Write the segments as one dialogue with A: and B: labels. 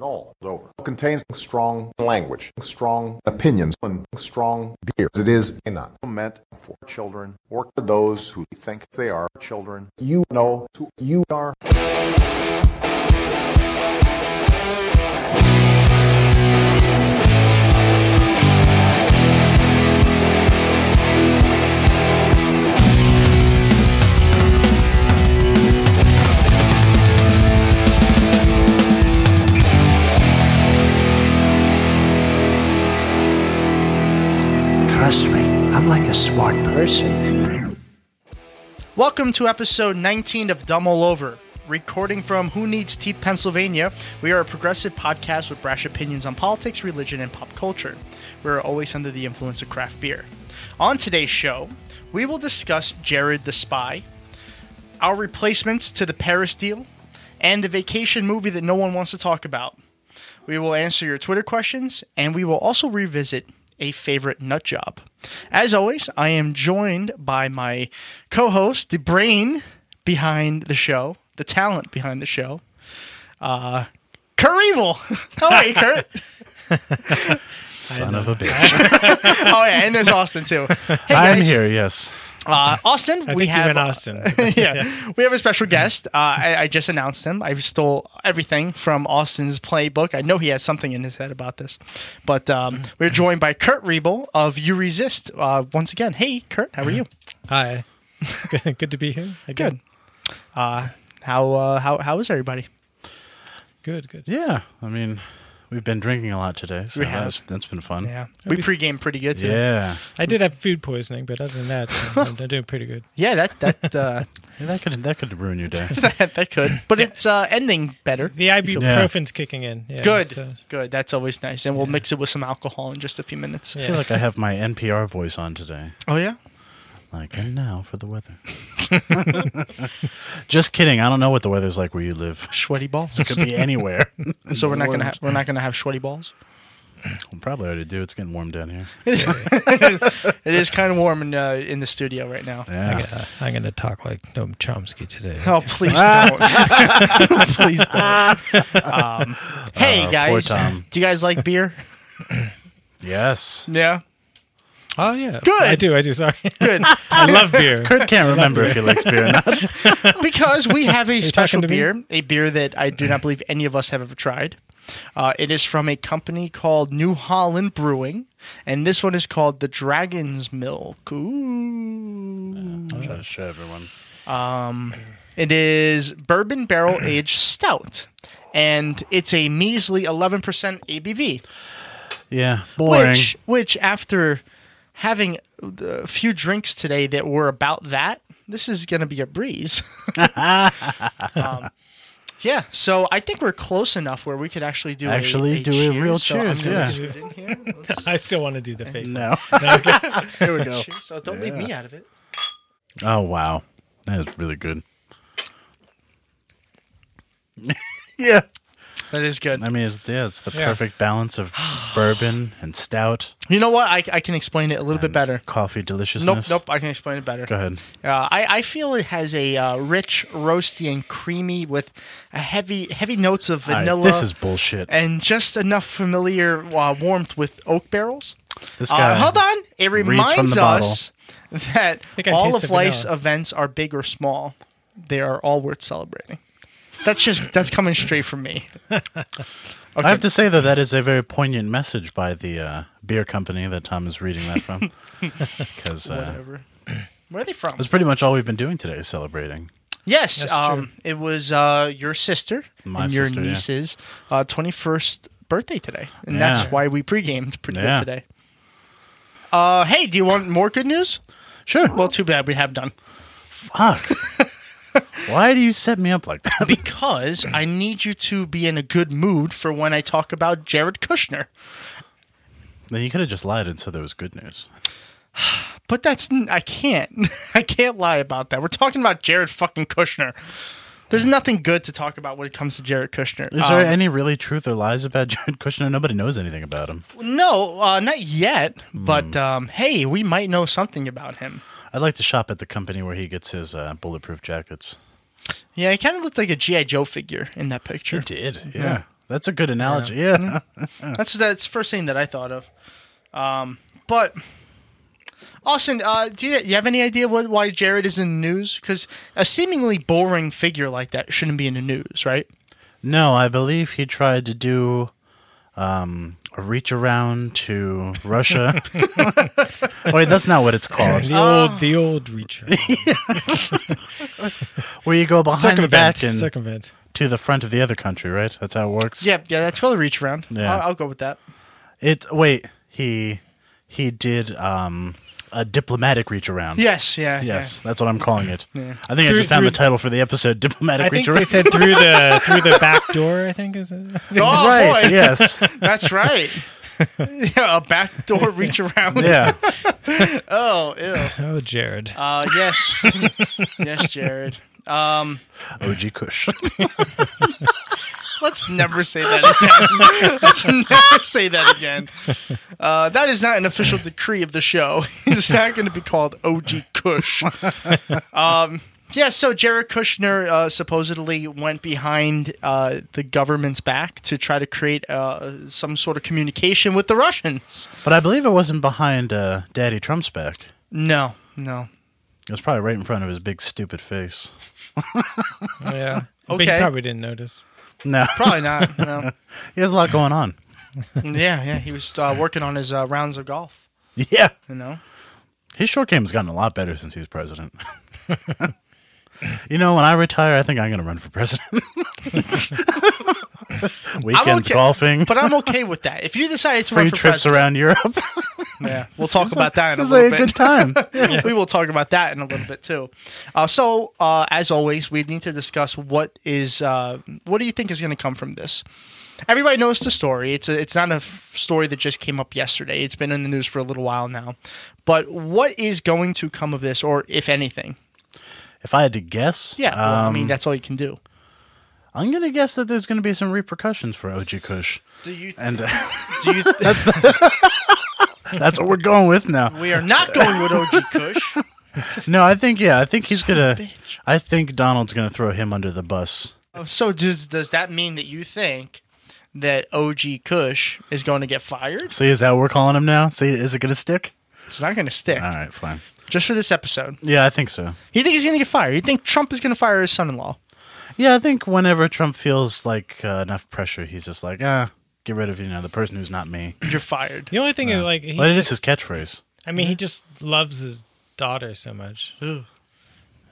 A: all over contains strong language, strong opinions, and strong beers. It is not meant for children or for those who think they are children. You know who you are.
B: Trust me, I'm like a smart person.
C: Welcome to episode 19 of Dumb All Over. Recording from Who Needs Teeth, Pennsylvania, we are a progressive podcast with brash opinions on politics, religion, and pop culture. We are always under the influence of craft beer. On today's show, we will discuss Jared the Spy, our replacements to the Paris deal, and the vacation movie that no one wants to talk about. We will answer your Twitter questions, and we will also revisit a favorite nut job. As always, I am joined by my co-host, the brain behind the show, the talent behind the show, uh, Kurt Evil. How are you, Kurt?
D: Son of a bitch.
C: oh yeah, and there's Austin too. Hey,
D: I'm
C: guys.
D: here, yes.
C: Uh, Austin,
D: I
C: we
D: think
C: have
D: you meant Austin.
C: yeah, we have a special guest. Uh, I, I just announced him. I stole everything from Austin's playbook. I know he has something in his head about this, but um, we're joined by Kurt Riebel of You Resist uh, once again. Hey, Kurt, how are you?
D: Hi. Good to be here.
C: Good.
D: Again.
C: How uh, how how is everybody?
D: Good, good.
E: Yeah, I mean, we've been drinking a lot today, so
C: We have.
E: That's, that's been fun.
C: Yeah, we pregame pretty good today.
E: yeah,
D: I did have food poisoning, but other than that, I'm, I'm doing pretty good.
C: Yeah, that that uh,
E: Yeah, that could that could ruin your day.
C: that, that could, but it's uh, ending better.
D: The ibuprofen's kicking in. Yeah,
C: Good,
D: so-
C: good. That's always nice, and we'll mix it with some alcohol in just a few minutes.
E: I feel like I have my NPR voice on today.
C: Oh yeah.
E: Like, and now for the weather. Just kidding. I don't know what the weather's like where you live.
C: Sweaty balls.
E: It could be anywhere.
C: So we're not gonna ha- we're not gonna have sweaty balls.
E: We'll probably already do. It's getting warm down here.
C: It is kind of warm in uh, in the studio right now.
E: Yeah.
D: Uh, I'm going to talk like Noam Chomsky today.
C: Oh please don't! please don't. Um, hey
E: poor
C: guys,
E: Tom.
C: do you guys like beer?
E: Yes.
C: Yeah,
D: Oh, yeah.
C: Good.
D: I do, I do. Sorry.
C: good.
D: I love beer.
E: Kurt can't remember if he likes beer or not.
C: because we have a special
D: talking to me?
C: beer, a beer that I do not believe any of us have ever tried. Uh, it is from a company called New Holland Brewing, and this one is called the Dragon's Milk. Ooh.
E: I'm trying to show everyone.
C: It is bourbon barrel aged stout, and it's a measly 11% ABV.
E: Yeah, boring.
C: Which, which after having a few drinks today that were about that, this is going to be a breeze. um, yeah, so I think we're close enough where we could actually do a-
E: Actually do a
C: cheer,
E: real
C: so I'm
E: cheers,
C: gonna
E: yeah.
C: do it in here. Let's-
D: I still want to do the fake.
E: no.
C: Here we go. Cheers. So don't leave me out of it.
E: Oh wow, that is really good. yeah.
C: That is good.
E: I mean, it's, yeah, it's the
D: Yeah.
E: perfect balance of bourbon and stout.
C: You know what? I, I can explain it a little bit
E: and
C: better.
E: Coffee
C: Nope,
E: deliciousness.
C: nope. I can explain it better.
E: Go ahead.
C: Uh, I, I feel it has a uh, rich, roasty, and creamy with a heavy, heavy notes of
E: All right,
C: vanilla.
E: this is bullshit.
C: and just enough familiar uh, warmth with oak barrels.
E: This guy.
C: Uh, hold on, it
E: reads from
C: reminds
E: the bottle.
C: us that
D: think I
C: all
D: tasted
C: of life's
D: vanilla.
C: events are big or small; they are all worth celebrating. That's just that's coming straight from me.
E: I have to say though, that is a very poignant message by the uh, beer company that Tom is reading that from, because uh,
C: Whatever. Where are they from?
E: that's pretty much all we've been doing today is celebrating.
C: Yes,
D: That's
C: um, it was uh, your sister
E: My
C: and your
E: sister, yeah.
C: niece's uh, 21st birthday today, and
E: Yeah.
C: that's why we pre-gamed pretty
E: Yeah.
C: good today. Uh, hey, do you want more good news?
E: Sure.
C: Well, too bad we have done.
E: fuck. Why do you set me up like that?
C: because I need you to be in a good mood for when I talk about Jared Kushner.
E: then you could have just lied and said there was good news.
C: But that's n- I can't I can't lie about that. We're talking about Jared fucking Kushner. There's nothing good to talk about when it comes to Jared Kushner.
E: Is there
C: Um,
E: any really truth or lies about Jared Kushner? Nobody knows anything about him.
C: No, uh, not yet. But
E: Hmm.
C: um, hey, we might know something about him.
E: I'd like to shop at the company where he gets his uh, bulletproof jackets.
C: Yeah, he kind of looked like a GI Joe figure in that picture.
E: did. Yeah. That's a good analogy. Yeah.
C: That's that's the first thing that I thought of. Um, but Austin, uh, do you, you have any idea what, why Jared is in the news? Because a seemingly boring figure like that shouldn't be in the news, right?
E: No, I believe he tried to do um, a reach around to Russia. Wait, that's not what it's called.
D: The old, the old reach.
E: Where you go behind the
D: circumvent.
E: back and
D: circumvent.
E: to the front of the other country, right? That's how it works.
C: Yeah, yeah, that's called a reach around.
E: Yeah.
C: I'll, I'll go with that.
E: It. Wait. He he did um, a diplomatic reach around.
C: Yes, yeah,
E: Yes, that's what I'm calling it. I think I
D: Through-
E: just found
D: through-
E: the title for the episode: diplomatic
D: I
E: reach
D: think
E: around.
D: they said through the through the back door. I think is it.
C: Yeah. Oh
E: right.
C: boy,
E: Yes.
C: that's right. yeah, a backdoor reach around.
E: Yeah.
C: Oh, ew.
D: Oh, Jared.
C: Uh, yes, yes, Jared. Um,
E: OG Kush.
C: Let's never say that again. Let's never say that again. Uh, that is not an official decree of the show. It's not going to be called OG Kush. Um, yeah, so Jared Kushner uh, supposedly went behind uh, the government's back to try to create uh, some sort of communication with the Russians.
E: But I believe it wasn't behind uh, Daddy Trump's back.
C: No, no.
E: It was probably right in front of his big stupid face.
D: Yeah. But
C: Okay.
D: you probably didn't notice.
E: No,
C: Probably not. No.
E: he has a lot going on.
C: Yeah, yeah. He was uh, working on his uh, rounds of golf,
E: Yeah,
C: you know?
E: his short game's gotten a lot better since he was president. you know, when I retire, I think I'm going to run for president. Weekends
C: okay-
E: golfing,
C: But I'm okay with that. If you decide to
E: free
C: run for
E: trips
C: president,
E: around Europe.
C: Yeah, we'll talk about that in a
E: Sounds
C: little
E: like a
C: bit.
E: good time.
C: we will talk about that in a little bit too. Uh, so, uh, as always, we need to discuss what is uh, what do you think is going to come from this? Everybody knows the story. It's a, it's not a f- story that just came up yesterday. It's been in the news for a little while now. But what is going to come of this, or if anything?
E: If I had to guess,
C: Yeah, well, I
E: um,
C: mean that's all you can do.
E: I'm going to guess that there's going to be some repercussions for OG Kush,
C: Do you?
E: and uh,
C: Do you?
E: that's that's what we're going with now.
C: we are not going with OG Kush.
E: No, I think yeah, I think he's
C: Son
E: gonna.
C: of a bitch.
E: I think Donald's gonna throw him under the bus.
C: Oh, So does does that mean that you think that OG Kush is going to get fired?
E: See, is that what we're calling him now? See, is it gonna stick?
C: It's not going to stick.
E: All right, fine.
C: Just for this episode.
E: Yeah, I think so.
C: You think he's going to get fired? You think Trump is going to fire his son-in-law?
E: Yeah, I think whenever Trump feels like uh, enough pressure, he's just like, ah, get rid of you know the person who's not me.
C: You're fired.
D: The only thing is, like, he's
E: But it is
D: just-
E: his catchphrase
D: I mean, he just loves his daughter so much.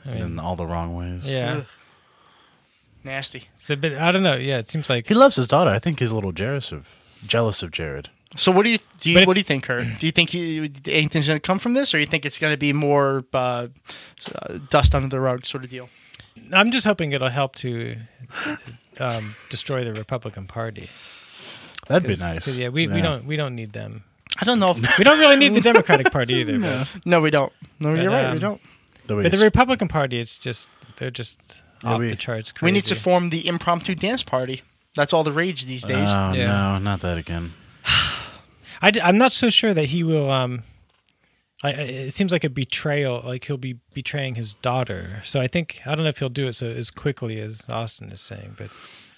E: in all the wrong ways.
D: Yeah.
C: Ugh. Nasty.
D: It's a bit. I don't know. Yeah, it seems like
E: he loves his daughter. I think he's a little jealous of jealous of Jared.
C: So what do you do? You,
D: But if-
C: what do you think, Kurt? Do you think you, anything's going to come from this, or you think it's going to be more uh, uh, dust under the rug sort of deal?
D: I'm just hoping it'll help to um, destroy the Republican Party.
E: That'd be
D: 'Cause-
E: nice.
D: 'cause, Yeah, we, we don't we don't need them.
C: I don't know. if...
D: We don't really need the Democratic Party either. But,
C: No, we don't. No,
D: But,
C: you're right. we
D: um,
C: don't.
E: The way
D: but the
E: he's-
D: Republican Party, it's just they're just
E: Yeah,
D: off
E: we-
D: the charts. Crazy.
C: We need to form the impromptu dance party. That's all the rage these days.
E: Oh,
D: Yeah.
E: no, not that again.
D: I d- I'm not so sure that he will. Um, I, I- it seems like a betrayal. Like he'll be betraying his daughter. So I think I don't know if he'll do it so as quickly as Austin is saying. But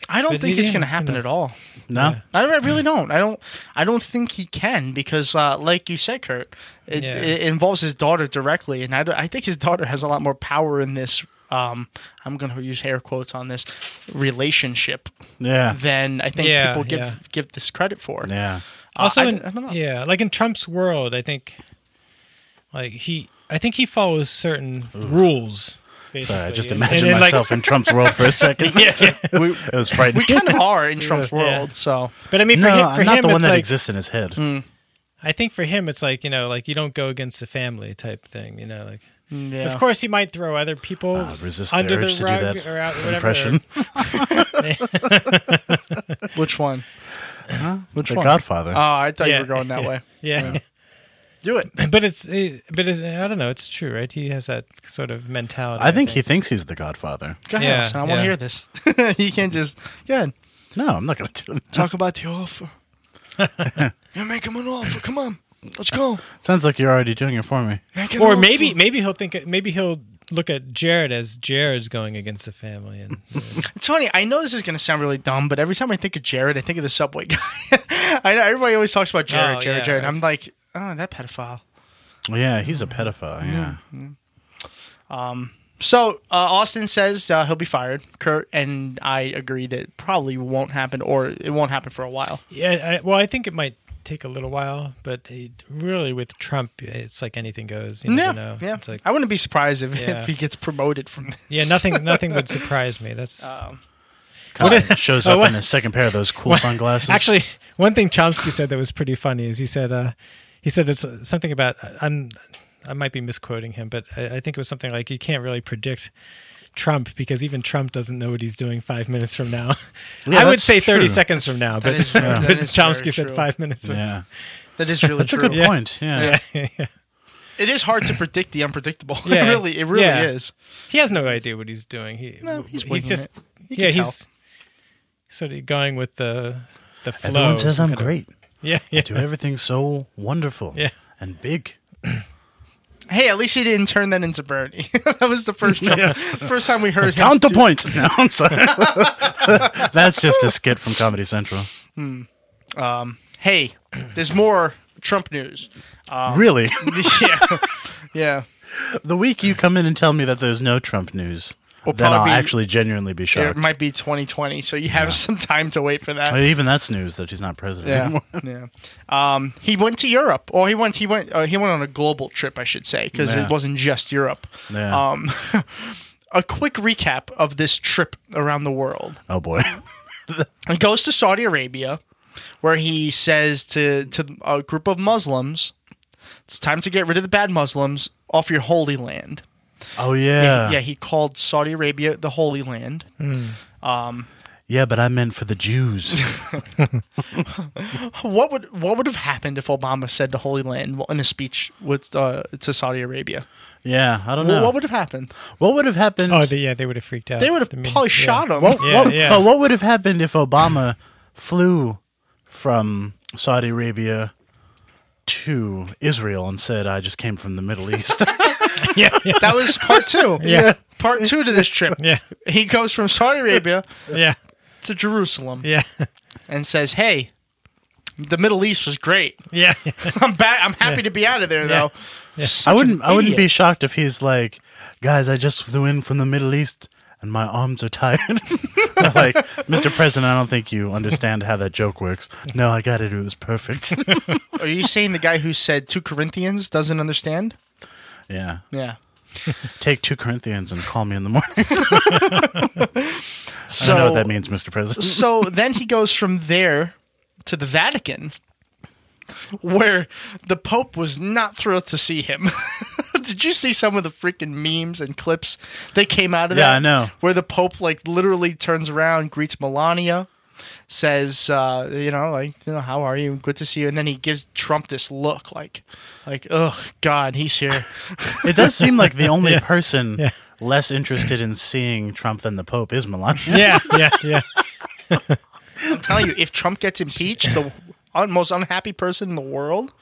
C: I don't
D: But
C: think
D: you
C: it's
D: didn't-
C: going to happen
D: no.
C: at all.
E: No,
C: I don't- I really don't. I don't. I don't think he can because, uh, like you said, Kurt, it,
D: Yeah.
C: it involves his daughter directly, and I, don't- I think his daughter has a lot more power in this. Um, I'm going to use hair quotes on this relationship
E: yeah,
C: than I think
D: Yeah,
C: people give
D: yeah.
C: give this credit for.
E: yeah.
C: Uh,
D: also,
C: I-
D: in,
C: I don't know.
D: yeah, like in Trump's world, I think like he, I think he follows certain rules. Basically.
E: Sorry, I just
D: And-
E: imagined
D: and then, like-
E: myself in Trump's world for a second. yeah, it was frightening.
C: we kind of are in Trump's world, so
D: but I mean, for
E: no,
D: him, for
E: I'm not
D: him,
E: the one
D: it's
E: that
D: like Hmm,
E: exists in his head.
D: I think for him, it's like you know, like you don't go against the family type thing. You know, like
C: Mm, Yeah.
D: Of course, he might throw other people
E: Uh, resist the
D: under the,
E: urge to do
D: rug
E: that
D: or out, whatever.
E: impression.
C: Which one?
E: Which the
C: one?
E: Godfather.
C: Oh, I thought
D: Yeah.
C: you were going that way.
D: Yeah,
C: Do it.
D: but it's it, but it's, I don't know. It's true, right? He has that sort of mentality.
E: I think he thinks he's the Godfather.
C: Go ahead,
D: Yeah,
C: Alexander. I want
D: yeah.
C: to hear this. you can't just go ahead.
E: No, I'm not going to do it.
C: Talk about the offer. you make him an offer. Come on, let's go.
E: Sounds like you're already doing it for me.
C: Make an
D: or
C: offer.
D: maybe maybe he'll think maybe he'll look at Jared as Jared's going against the family and
C: It's funny. I know this is going to sound really dumb, but every time I think of Jared, I think of the subway guy. I know everybody always talks about Jared,
D: Oh,
C: Jared,
D: yeah,
C: Jared.
D: right.
C: I'm like, oh, that pedophile.
E: Well, yeah, he's a pedophile.
D: Hmm.
E: Yeah.
C: So uh, Austin says uh, he'll be fired. Kurt and I agree that probably won't happen, or it won't happen for a while.
D: Yeah, I, well, I think it might take a little while, but it, really with Trump, it's like anything goes. You never know.
C: yeah.
D: It's like,
C: I wouldn't be surprised if,
D: Yeah.
C: if he gets promoted from Um, this.
D: yeah, nothing, nothing would surprise me. That's
C: Uh,
E: God, shows
D: Oh,
E: up
D: what-
E: in his second pair of those cool sunglasses.
D: actually one thing Chomsky said that was pretty funny is he said, uh, he said it's something about I'm, I might be misquoting him, but I, I think it was something like you can't really predict Trump because even Trump doesn't know what he's doing five minutes from now.
E: Yeah,
D: I would
E: that's
D: say thirty
E: true.
D: seconds from now, but,
C: is true. That
D: but
C: is very
D: Chomsky said
C: true.
D: five minutes. From
E: yeah,
C: That is really
E: that's a
C: true.
E: good point. Yeah.
C: Yeah.
D: yeah.
C: It is hard to predict the unpredictable.
D: Yeah.
C: it really, it really
D: Yeah.
C: is.
D: He has no idea what he's doing. He,
C: No, he's
D: he's,
C: winging
D: just
C: it. You can
D: yeah,
C: tell.
D: he's sort of going with the the flow.
E: Everyone says
D: some
E: I'm
D: kind of-
E: great.
D: yeah, yeah.
E: Do everything so wonderful.
D: Yeah.
E: and big.
C: Hey, at least he didn't turn that into Bernie. that was the first Trump, first time we heard him
E: Count the
C: do-
E: points. No, I'm sorry. That's just a skit from Comedy Central.
C: um, Hey, there's more Trump news.
E: really?
C: Um, yeah, yeah.
E: the week you come in and tell me that there's no Trump news, then I'll
C: probably-
E: actually genuinely be
C: It
E: shocked.
C: might be 2020, so you have some time to wait for that.
E: Uh, Even that's news that he's not president
C: Yeah,
E: anymore.
C: yeah. Um, he went to Europe, or he went. He went. Uh, he went on a global trip, I should say, because
E: Yeah.
C: it wasn't just Europe.
E: Yeah.
C: Um, a quick recap of this trip around the world.
E: Oh boy.
C: He goes to Saudi Arabia, where he says to to a group of Muslims, "It's time to get rid of the bad Muslims off your holy land."
E: Oh yeah.
C: He- yeah, he called Saudi Arabia the Holy Land. Um,
E: Yeah, but I meant for the Jews.
C: What would what would have happened if Obama said the Holy Land in a speech with uh, to Saudi Arabia?
E: yeah, I don't
C: Well,
E: know.
C: What would have happened?
E: What would have happened?
D: Oh, they, yeah, they would have freaked out.
C: They would have
D: I mean,
C: probably
D: yeah.
C: shot him.
E: What,
D: Yeah,
E: what-
D: yeah.
E: But what would have happened if Obama flew from Saudi Arabia to Israel and said, "I just came from the Middle East"?
D: Yeah, yeah,
C: that was part two.
D: Yeah.
C: Part two to this trip.
D: yeah,
C: He goes from Saudi Arabia
D: yeah,
C: to Jerusalem
D: yeah,
C: and says, Hey, the Middle East was great.
D: yeah.
C: I'm back I'm happy to be out of there though.
E: I wouldn't. I wouldn't be shocked if he's like, "Guys, I just flew in from the Middle East." And my arms are tired. They're like, Mr. President, I don't think you understand how that joke works. No, I got it. It was perfect.
C: Are you saying the guy who said two Corinthians doesn't understand?
E: yeah.
C: Yeah.
E: Take two Corinthians and call me in the morning. I don't
C: So
E: know what that means, Mr. President.
C: so then he goes from there to the Vatican, where the Pope was not thrilled to see him. Did you see some of the freaking memes and clips that came out of
E: Yeah,
C: that?
E: I know.
C: Where the Pope like literally turns around, greets Melania, says, uh, you know, like, you know, how are you? Good to see you. And then he gives Trump this look, like, like, oh God, he's here.
E: It does seem like the only person less interested in seeing Trump than the Pope is Melania.
D: Yeah, yeah, yeah.
C: I'm telling you, if Trump gets impeached, the un- most unhappy person in the world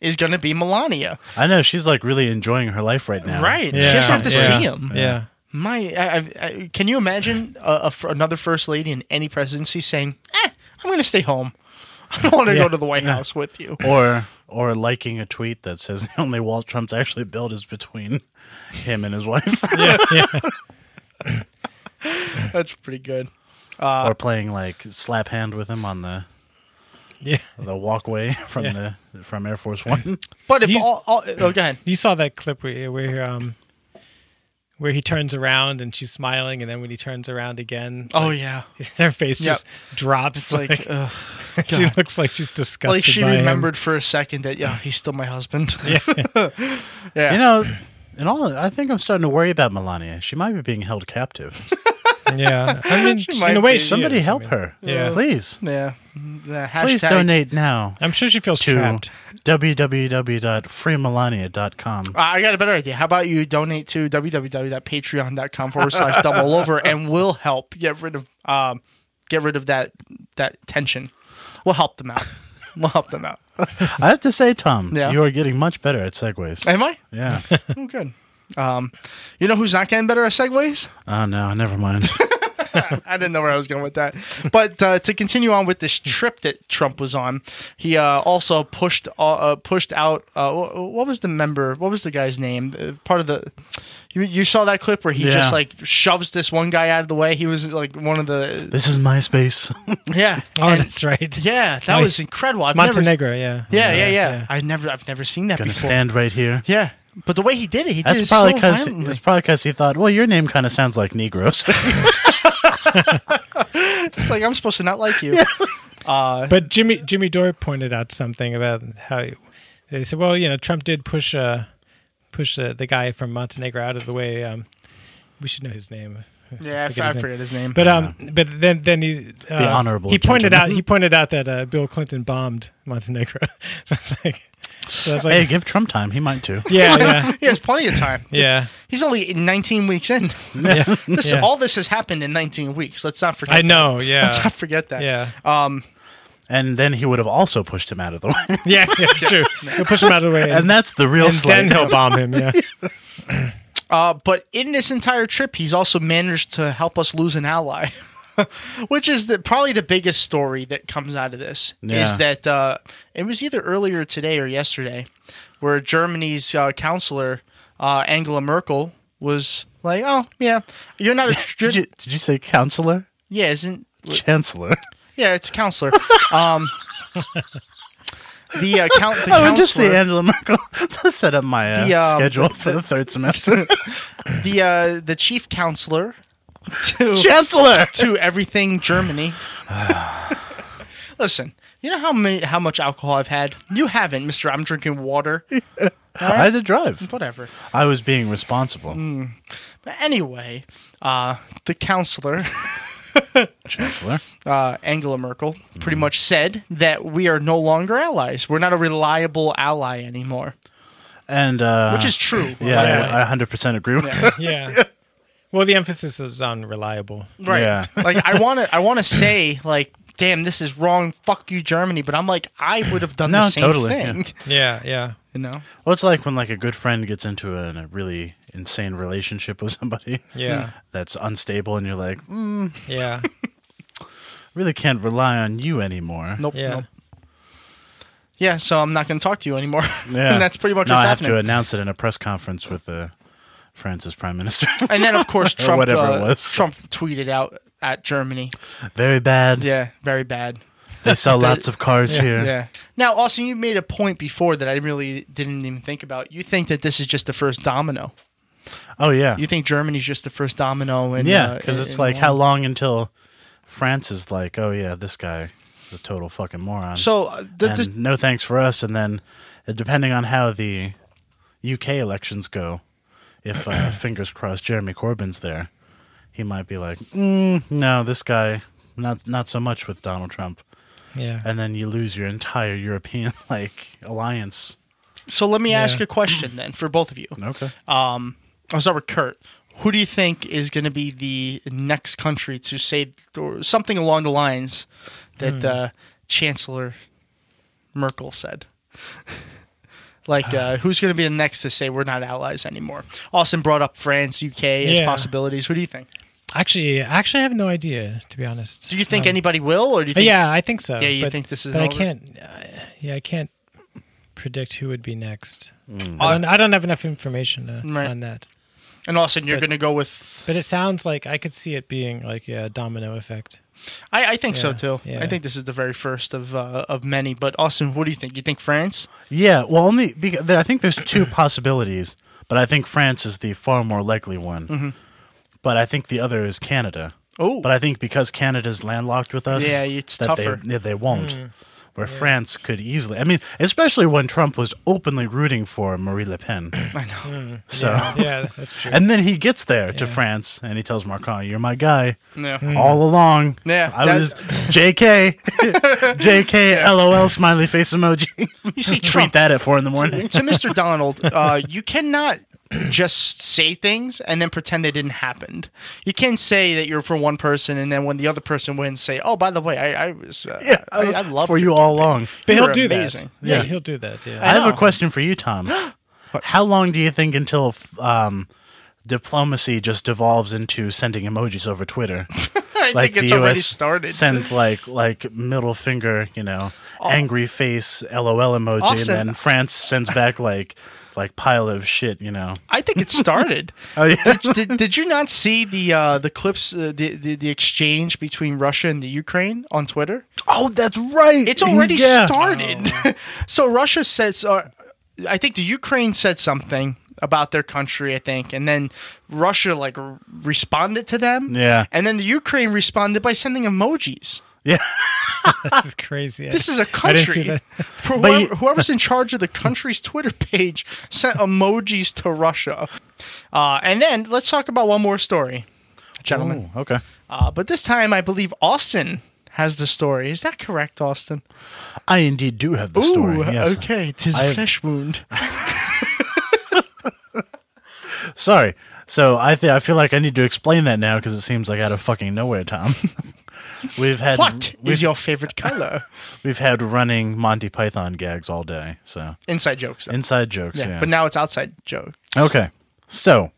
C: is going to be Melania.
E: I know she's like really enjoying her life right now.
C: Right.
D: yeah
C: she doesn't have to
D: yeah,
C: see him.
D: Yeah,
C: My, I, I, I, can you imagine a, a fr- another first lady in any presidency saying, eh, "I'm going to stay home. I don't want to go to the White House with you."
E: Or or liking a tweet that says the only wall Trump's actually built is between him and his wife.
C: That's pretty good.
D: Uh,
E: or playing like slap hand with him on the
D: yeah.
E: the walkway from the from Air Force One.
C: But if
D: He's-
C: all, all, oh, go ahead.
D: You saw that clip where where um where he turns around and she's smiling, and then when he turns around again,
C: Oh yeah,
D: her face
C: Yep.
D: just drops. Like,
C: like, ugh.
D: she looks like she's disgusted.
C: like she
D: by him.
C: remembered for a second that yeah, he's still my husband. Yeah,
E: You know, And all, I think I'm starting to worry about Melania. She might be being held captive.
D: Yeah, I mean,
C: She
D: in
C: might
D: a way,
C: be.
D: she
E: Somebody
D: is, I
E: help
D: mean.
E: her.
D: Yeah.
E: Please.
C: Yeah. The
E: Please
C: hashtag-
E: donate now
D: I'm sure she feels
E: to
D: trapped.
E: www.freemelania.com.
D: Ah.
C: Uh, I got a better idea. How about you donate to www.patreon.com forward slash double over and we'll help get rid of um, get rid of that that tension. We'll help them out. We'll help them out.
E: I have to say, Tom,
C: Yeah.
E: you are getting much better at segues.
C: Am I?
E: Yeah.
C: Oh, good. Um, you know who's not getting better at segues?
E: oh, no, never mind.
C: I didn't know where I was going with that. But uh, to continue on with this trip that Trump was on, he uh, also pushed uh, uh, pushed out. Uh, wh- what was the member? What was the guy's name? Uh, part of the. You, you saw that clip where he
E: Yeah.
C: just like shoves this one guy out of the way. He was like one of the.
E: This is MySpace.
C: Yeah.
D: Oh,
C: And-
D: that's right.
C: yeah, that
D: Like,
C: was incredible. I've never-
D: Montenegro. Yeah.
C: yeah, yeah, yeah, I never, I've never seen that
E: Gonna
C: before.
E: stand right here.
C: Yeah, but the way he did it, he did it
E: That's
C: so
E: probably because
C: violently.
E: it's probably because he thought, well, your name kind of sounds like Negroes.
C: It's like I'm supposed to not like you. Uh,
D: But Jimmy Jimmy Dore pointed out something about how they said, well, you know, Trump did push uh, push the, the guy from Montenegro out of the way. Um, we should know his name.
C: Yeah, I,
D: forget his name.
C: forget his name.
D: But um, but then then he uh,
E: The honorable
D: he pointed
E: gentleman.
D: out he pointed out that uh, Bill Clinton bombed Montenegro. so it's like, so it's like,
E: hey, give Trump time. He might too.
D: yeah, yeah,
C: he has plenty of time.
D: yeah.
C: He's only 19 weeks in.
D: yeah.
C: This,
D: Yeah.
C: All this has happened in 19 weeks. Let's not forget.
D: I
C: That.
D: know.
C: Let's
D: Yeah,
C: not forget that.
D: yeah,
E: Oh. And then he would have also pushed him out of the way.
D: yeah. That's true. He'll push him out of the way, and,
E: and that's the real
D: and
E: slam.
D: then he'll bomb him. Yeah,
C: Uh, but in this entire trip, he's also managed to help us lose an ally, which is the, probably the biggest story that comes out of this.
E: Yeah.
C: Is that uh, it was either earlier today or yesterday, where Germany's uh, counselor uh, Angela Merkel was like, "Oh yeah, you're not a you're,
E: Did you, did you say counselor?
C: yeah, isn't
E: Chancellor.
C: yeah, it's counselor." um, the uh, count the
E: I would just see
C: counselor-
E: Angela Merkel to set up my uh,
C: The, um,
E: schedule for the third semester.
C: the uh, the chief counselor to
E: Chancellor.
C: to everything Germany. Listen, you know how many how much alcohol I've had. You haven't, Mister. I'm drinking water.
E: I had to drive.
C: Whatever.
E: I was being responsible.
C: Mm. But anyway, uh, the counselor
E: Chancellor.
C: uh, Angela Merkel pretty
E: Mm.
C: much said that we are no longer allies. We're not a reliable ally anymore,
E: And uh,
C: which is true.
E: yeah,
C: by the way.
E: I, I 100% agree with
D: yeah. Well, the emphasis is on reliable.
C: right.
E: Yeah.
C: Like I want to I want to say like. Damn, this is wrong. Fuck you, Germany. But I'm like, I would have done
E: No,
C: the same
E: totally,
C: thing.
D: Yeah, yeah.
C: You know,
E: Well, it's like when like a good friend gets into a, a really insane relationship with somebody.
D: Yeah.
C: Hmm.
E: That's unstable, and you're like, "Mm,
D: Yeah.
E: really can't rely on you anymore.
C: nope,
D: Yeah.
C: nope. Yeah, so I'm not going to talk to you anymore.
E: Yeah.
C: and that's pretty much
E: No,
C: what's
E: I have
C: happening.
E: to announce it in a press conference with uh, France's prime minister.
C: and then, of course, Trump,
E: whatever
C: uh,
E: it was.
C: Trump tweeted out at Germany.
E: Very bad.
C: Yeah, very bad.
E: They sell lots of cars here.
C: Yeah. Now, Austin, you made a point before that I really didn't even think about. You think that this is just the first domino.
E: Oh yeah.
C: You think Germany's just the first domino, uh, and
E: yeah, because it's like how long until France is like, oh yeah, this guy is a total fucking moron.
C: So uh, th-
E: and
C: this,
E: no thanks for us. And then, uh, depending on how the UK elections go, if uh, fingers crossed, Jeremy Corbyn's there, he might be like, mm, "No, this guy, not not so much with Donald Trump."
D: Yeah.
E: And then you lose your entire European like alliance.
C: so let me ask
D: Yeah.
C: a question then for both of you.
E: Okay.
C: I'll start with Kurt. Who do you think is going to be the next country to say or something along the lines that
D: Hmm.
C: uh, Chancellor Merkel said? like, uh, who's going to be the next to say we're not allies anymore? Austin brought up France, UK as
D: Yeah.
C: possibilities. Who do you think?
D: Actually, actually, I have no idea to be honest. uh,
C: Do you think anybody will, or do you think?
D: Um, yeah, I think so.
C: Yeah, you
D: but-
C: think this is
D: But I
C: over?
D: can't. Uh, yeah, I can't predict who would be next. I, don't, I don't have enough information uh,
C: Hmm. Right.
D: on that.
C: And Austin, you're going to go with?
D: But it sounds like I could see it being like yeah, a domino effect.
C: I, I think so
D: Yeah,
C: too.
D: yeah.
C: I think this is the very first of uh, of many. But Austin, what do you think? You think France?
E: Yeah, well, only because I think there's two possibilities, but I think France is the far more likely one. But I think the other is Canada.
C: Mm-hmm. Oh.
E: but I think because Canada's landlocked with us,
C: Yeah, it's
E: that
C: tougher. Mm.
E: They, yeah, they won't. where France could easily. I mean, especially when Trump was openly rooting for Marie Le Pen. I know.
D: Hmm.
E: So.
D: yeah, that's true.
E: And then he gets there to France and he tells Marcon, You're my guy
C: Yeah.
D: Hmm.
E: all along.
C: Mm. Yeah,
E: I
C: that-
E: was JK. JK, LOL, smiley face emoji.
C: You see
E: Tweet
C: Trump-
E: that at four in the morning.
C: to Mr. Donald, uh, you cannot just say things and then pretend they didn't happen. You can't say that you're for one person and then when the other person wins, say, "Oh, by the way, I, I was, uh,
E: Yeah,
C: I, I loved
E: for you
C: your
E: all
C: campaign."
E: along.
D: but
C: You
D: he'll
C: were
D: do
C: amazing.
D: that. Yeah,
E: Yeah.
D: he'll do that. Yeah.
E: I have a
C: know.
E: question for you, Tom. How long do you think until f- um, diplomacy just devolves into sending emojis over Twitter?
C: I think it's already started. Oh.
E: Send like like middle finger, you know, angry face, LOL emoji,
C: Austin-
E: and then France sends back like like pile of shit, you know.
C: I think it started.
E: Oh yeah.
C: did, did, did you not see the uh, the clips, uh, the, the the exchange between Russia and the Ukraine on Twitter?
E: Oh, that's right.
C: It's already
E: Yeah.
C: started. so Russia says, uh, I think the Ukraine said something about their country, I think, and then Russia like r- responded to them.
E: Yeah.
C: and then the Ukraine responded by sending emojis.
D: This is crazy.
C: This is a
D: I didn't see
C: country.
D: that.
C: For
E: But you-
C: whoever, whoever's in charge of the country's Twitter page sent emojis to Russia. Uh, and then let's talk about one more story, gentlemen.
E: Oh, okay.
C: Uh, but this time, I believe Austin has the story. Is that correct, Austin?
E: I indeed do have the story.
C: Ooh,
E: yes.
C: okay. Tis
E: I
C: a
E: have-
C: flesh wound.
E: Sorry. So I th- I feel like I need to explain that now because it seems like out of fucking nowhere, Tom. we've had
C: What
E: we've,
C: is your favorite color?
E: we've had running Monty Python gags all day. So
C: Inside jokes. though.
E: inside jokes.
C: yeah.
E: Yeah.
C: But now it's outside joke.
E: okay. So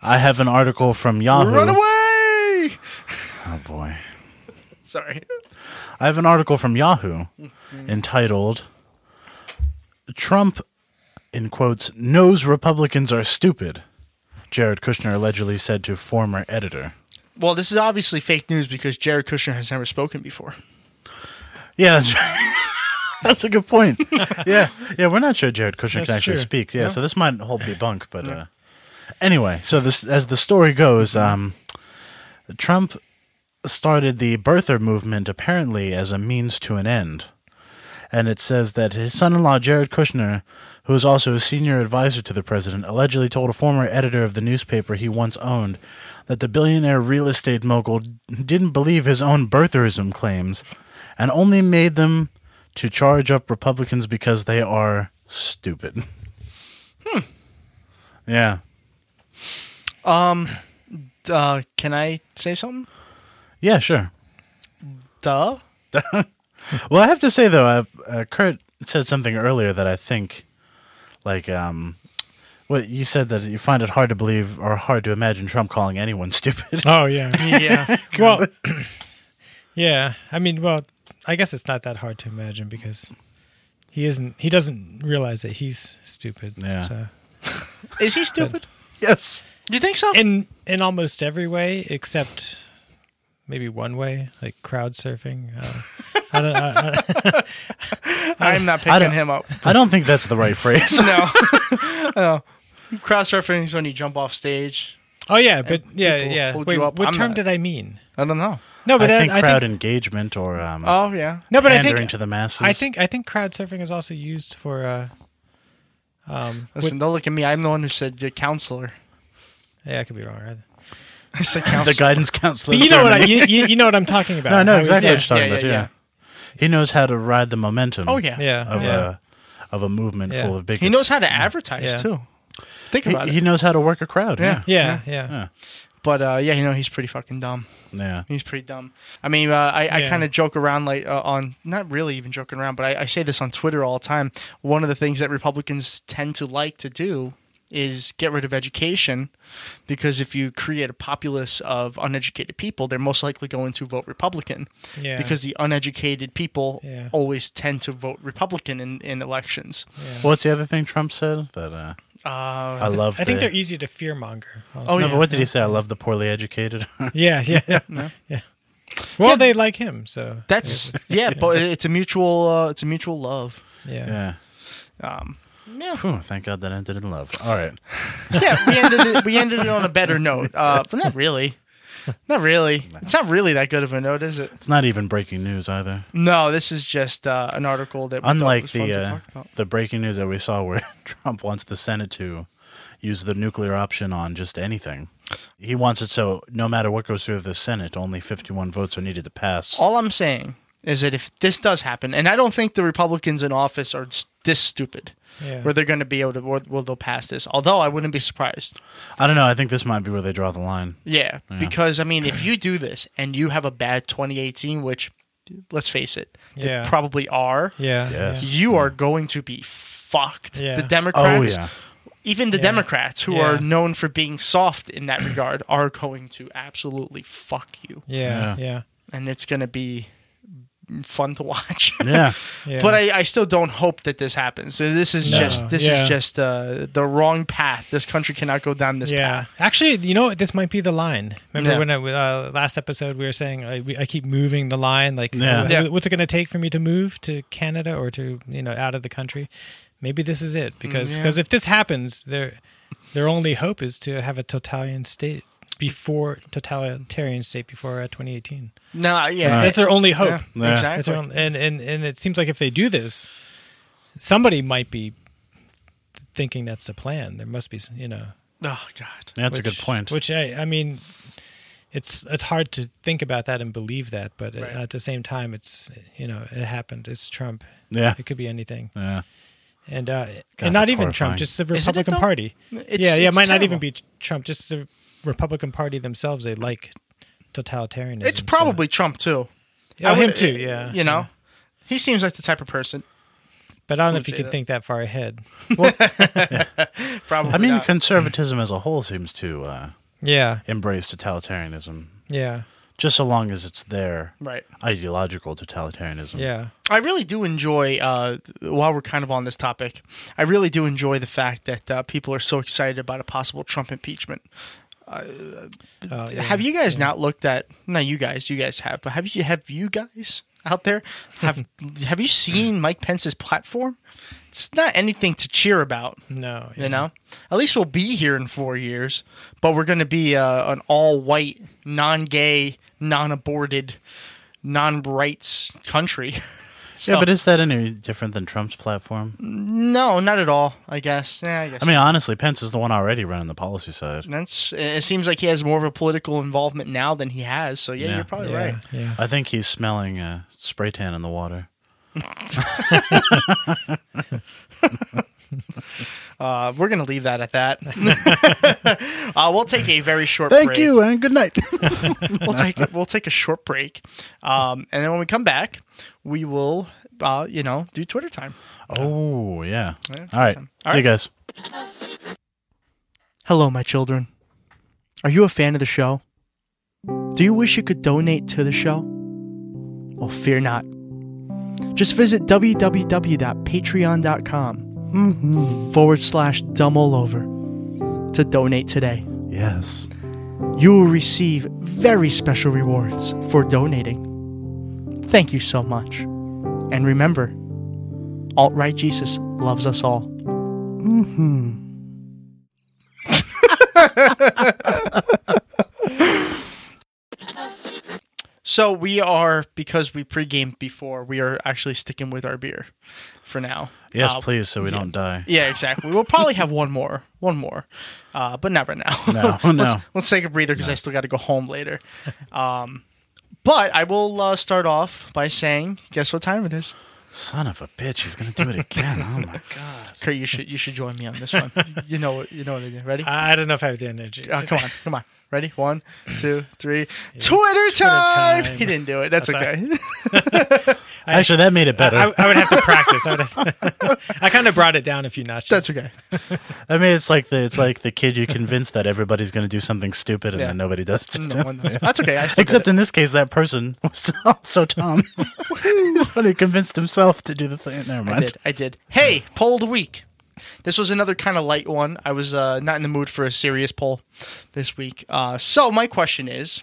E: I have an article from Yahoo.
C: Run away!
E: Oh boy.
C: Sorry.
E: I have an article from Yahoo
D: Mm-hmm.
E: entitled Trump in quotes knows Republicans are stupid. Jared Kushner allegedly said to former editor.
C: Well, this is obviously fake news because Jared Kushner has never spoken before.
E: Yeah, that's, that's a good point. yeah, yeah, we're not sure Jared Kushner
D: That's
E: can actually
D: true.
E: speak. Yeah, so this might hold debunk, but uh, anyway, so this as the story goes, um, Trump started the birther movement apparently as a means to an end, and it says that his son-in-law Jared Kushner. Who is also a senior advisor to the president, allegedly told a former editor of the newspaper he once owned that the billionaire real estate mogul didn't believe his own birtherism claims and only made them to charge up Republicans because they are stupid. Hmm. Yeah.
C: Uh, Um, can I say something?
E: Yeah, sure.
C: Duh.
E: Well, I have to say though, I've, uh, Kurt said something earlier that I think, like, um, what you said that you find it hard to believe or hard to imagine Trump calling anyone stupid.
D: Oh yeah.
C: Yeah.
D: well, yeah. I mean, well, I guess it's not that hard to imagine because he isn't. He doesn't realize that he's stupid.
E: Yeah.
D: So.
C: is he stupid?
E: yes.
C: You think so?
D: in in almost every way except maybe one way, like crowd surfing. Uh, I don't. I, I,
C: I'm not
E: I
C: picking
E: don't-
C: him up.
E: I don't think that's the right phrase.
C: No. no. Crowd surfing is when you jump off stage.
D: oh yeah, but yeah,
C: people
D: yeah.
C: hold
D: Wait,
C: you up.
D: what
C: I'm
D: term
C: not-
D: did I mean?
C: I don't know.
D: No, but
E: I
D: that,
E: think
D: I
E: crowd
D: think,
E: engagement or um,
C: Oh yeah.
D: no, but I
E: pandering
D: think
E: to the masses.
D: I think I think crowd surfing is also used for. Uh,
C: Listen, don't look at me. I'm the one who said the counselor.
D: yeah, I could be wrong. Right?
C: I said
E: the
C: counselor.
E: guidance counselor.
D: But you know what I
E: Germany.
D: you, you, you know what I'm talking about.
E: No, I know
D: How is
C: yeah,
E: exactly what you're talking
C: yeah,
E: about. Yeah,
C: yeah,
E: he knows how to ride the momentum.
C: Oh yeah.
D: that- Yeah,
E: of uh,
D: yeah.
E: a of a movement
D: Yeah.
E: full of big.
C: He knows how to advertise
D: Yeah.
C: too. Think about
E: He,
C: it.
E: he knows how to work a crowd. Yeah,
D: yeah, yeah,
E: yeah,
C: But uh, yeah, you know he's pretty fucking dumb.
E: yeah.
C: He's pretty dumb. I mean, uh, I, I
D: Yeah.
C: kind of joke around like uh, on not really even joking around, but I, I say this on Twitter all the time. One of the things that Republicans tend to like to do is get rid of education because if you create a populace of uneducated people, they're most likely going to vote Republican
D: Yeah.
C: because the uneducated people
D: Yeah.
C: always tend to vote Republican in, in elections.
E: What's the other thing Trump said that uh,
C: Oh,
E: I love?
D: I think
E: the-
D: they're easy to fear monger.
E: Oh,
D: also.
E: no, but what did he say? I love the poorly educated.
D: yeah, yeah, yeah. Well, they like him, so
C: That's yeah, but it's a mutual uh, it's a mutual love. Um,
D: yeah.
E: yeah.
C: Yeah.
E: Phew, thank God that ended in love. All right.
C: yeah, we ended it, we ended it on a better note, uh, but not really. Not really. It's not really that good of a note, is it?
E: It's not even breaking news either.
C: No, this is just uh, an article that we thought
E: Unlike
C: was fun
E: the
C: to
E: uh,
C: talk about.
E: the breaking news that we saw, where Trump wants the Senate to use the nuclear option on just anything. He wants it so no matter what goes through the Senate, only 51 votes are needed to pass.
C: All I'm saying is that if this does happen, and I don't think the Republicans in office are s- this stupid,
D: Yeah.
C: where they're going to be able to, where, where they'll pass this. Although I wouldn't be surprised.
E: I don't know. I think this might be where they draw the line.
C: Yeah, because I mean, if you do this and you have a bad 2018, which let's face it, they
D: Yeah.
C: probably are,
D: Yeah.
E: Yes.
D: yeah.
C: you are going to be fucked.
D: Yeah.
C: The
D: Oh,
E: Oh,
C: Democrats,
E: yeah.
C: even the Democrats who
D: Yeah.
C: are known for being soft in that regard, are going to absolutely fuck you,
D: Yeah.
E: Yeah.
D: Yeah.
C: and it's going to be fun to watch.
E: Yeah.
D: Yeah.
C: But I, I still don't hope that this happens. So This is
D: No.
C: just this
D: Yeah.
C: is just uh, the wrong path. This country cannot go down this
D: yeah.
C: path.
D: Actually, you know what? This might be the line. Remember
C: Yeah.
D: when I, uh, last episode we were saying I, we, I keep moving the line? Like,
E: Yeah.
D: uh,
C: Yeah.
D: what's it going to take for me to move to Canada or to you know out of the country? Maybe this is it because
C: Mm, yeah.
D: because if this happens, their their only hope is to have a totalitarian state before totalitarian state before uh, 2018.
C: No, yeah,
D: That's their only hope.
E: Yeah.
C: Exactly.
D: That's their only- and and and it seems like if they do this, somebody might be thinking that's the plan. There must be, s- you know.
C: Oh God.
E: That's a
D: Which-
E: good point.
D: Which I, I mean, it's it's hard to think about that and believe that, but
C: Right.
D: at the same time, it's you know it happened. It's Trump.
E: Yeah.
D: It could be anything,
E: yeah.
D: and uh,
E: God,
D: and not
E: that's
D: even
E: horrifying.
D: Trump, just the
C: it,
D: Republican
C: though?
D: Party.
C: It's-
D: yeah, yeah, it
C: it's
D: might not
C: terrible.
D: even be Trump, just the Republican Party themselves. They like totalitarianism.
C: It's
D: so-
C: probably Trump too.
D: yeah,
C: I
D: him
C: would-
D: too. Yeah,
C: You know, he seems like the type of person.
D: but I don't know if
C: would
D: you
C: say
D: can
C: that.
D: think that far ahead.
C: Probably.
E: I mean,
C: not.
E: conservatism as a whole seems to uh,
D: Yeah,
E: embrace totalitarianism,
D: yeah,
E: just so long as it's their
C: right.
E: ideological totalitarianism.
D: yeah.
C: I really do enjoy. Uh, while we're kind of on this topic, I really do enjoy the fact that uh, people are so excited about a possible Trump impeachment.
D: Uh, yeah.
C: Have you guys not looked at? Not you guys. You guys have. But have you? Have you guys out there have Have you seen Mike Pence's platform? It's not anything to cheer about.
D: No,
C: You know, at least we'll be here in four years, but we're going to be uh, an all-white, non-gay, non-aborted, non-rights country.
E: Yeah,
C: So-
E: but is that any different than Trump's platform?
C: no, not at all. I guess. Yeah, I guess.
E: I mean, honestly, Pence is the one already running the policy side.
C: that's. It seems like he has more of a political involvement now than he has. So yeah,
E: Yeah.
C: you're probably
D: yeah,
C: right.
D: yeah.
E: I think he's smelling uh, spray tan in the water.
C: Uh, we're going to leave that at that. uh, we'll take a very short. break.
E: and good night.
C: we'll take we'll take a short break, um, and then when we come back, we will uh, you know do Twitter time.
E: oh, yeah.
C: Yeah,
E: All right. See
C: All
E: you
C: right.
E: guys.
C: Hello, my children. Are you a fan of the show? Do you wish you could donate to the show? Well, fear not. Just visit www.patreon.com forward slash dumb all over to donate today.
E: Yes.
C: you will receive very special rewards for donating. Thank you so much. And remember, alt right Jesus loves us all. Mm-hmm. so we are because we pre-gamed before. We are actually sticking with our beer for now.
E: Yes,
C: Uh,
E: please, so we
C: yeah.
E: don't die.
C: Yeah, exactly. We'll probably have one more, one more, uh, but not right now.
E: No, no.
C: let's, let's take a breather because I still got to go home later. Um, but I will uh, start off by saying, guess what time it is?
E: Son of a bitch, he's going to do it again. oh, my God.
C: Kurt, you should you should join me on this one. you know what you know what I did. Ready?
D: I I don't know if I have the energy.
C: Uh, come on, come on. Ready? One, two, three. Twitter time.
D: time.
C: He didn't do it. That's
D: I'm sorry.
C: okay.
E: Actually, that made it better.
D: I, I would have to practice. I, would have- I kind of brought it down a few notches.
C: That's okay.
E: I mean, it's like the it's like the kid you convince that everybody's going to do something stupid and
C: Yeah.
E: then nobody does. it.
C: No one knows. That's okay. I still did
E: Except
C: it.
E: in this case, that person was also Tom. He's the one who convinced himself to do the thing. Never
C: I
E: mind.
C: did. I did. Hey, poll of the week. This was another kind of light one. I was uh, not in the mood for a serious poll this week. Uh, so my question is,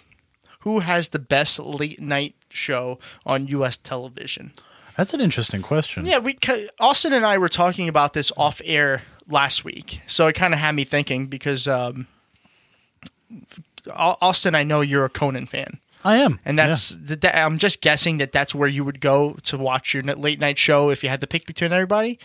C: who has the best late night show on U.S. television?
E: That's an interesting question.
C: Yeah, we ca- Austin and I were talking about this off air last week, so it kind of had me thinking because um, Au- Austin, I know you're a Conan fan.
E: I am,
C: And that's th- that, I'm just guessing that that's where you would go to watch your n- late night show if you had to pick between everybody.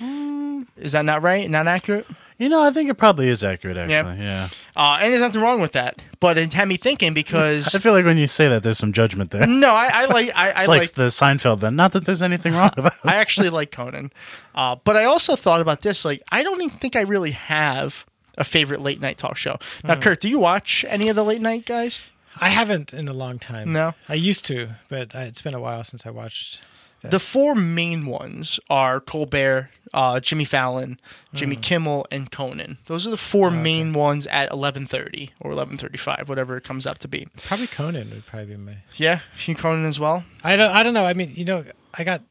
C: Is that not right? Not accurate?
E: yeah. you know. I think it probably is accurate.
C: Yeah.
E: Actually, yeah.
C: Uh, and there's nothing wrong with that, but it had me thinking because
E: I feel like when you say that, there's some judgment there.
C: no, I, I like I, Mm-hmm. I
E: It's
C: like,
E: like, the Seinfeld. Then, not that there's anything wrong about. it.
C: I actually like Conan, uh, but I also thought about this. Like, I don't even think I really have a favorite late night talk show. Now,
E: Hmm.
C: Kurt, do you watch any of the late night guys?
D: I haven't in a long time.
C: No.
D: I used to, but I, it's been a while since I watched.
C: The four main ones are Colbert, uh, Jimmy Fallon, Jimmy Kimmel, and Conan. Those are the four main ones at eleven thirty or eleven thirty-five, whatever it comes up to be.
D: Probably Conan would probably be my.
C: Yeah, you Conan as well.
D: I don't. I don't know. I mean, you know, I got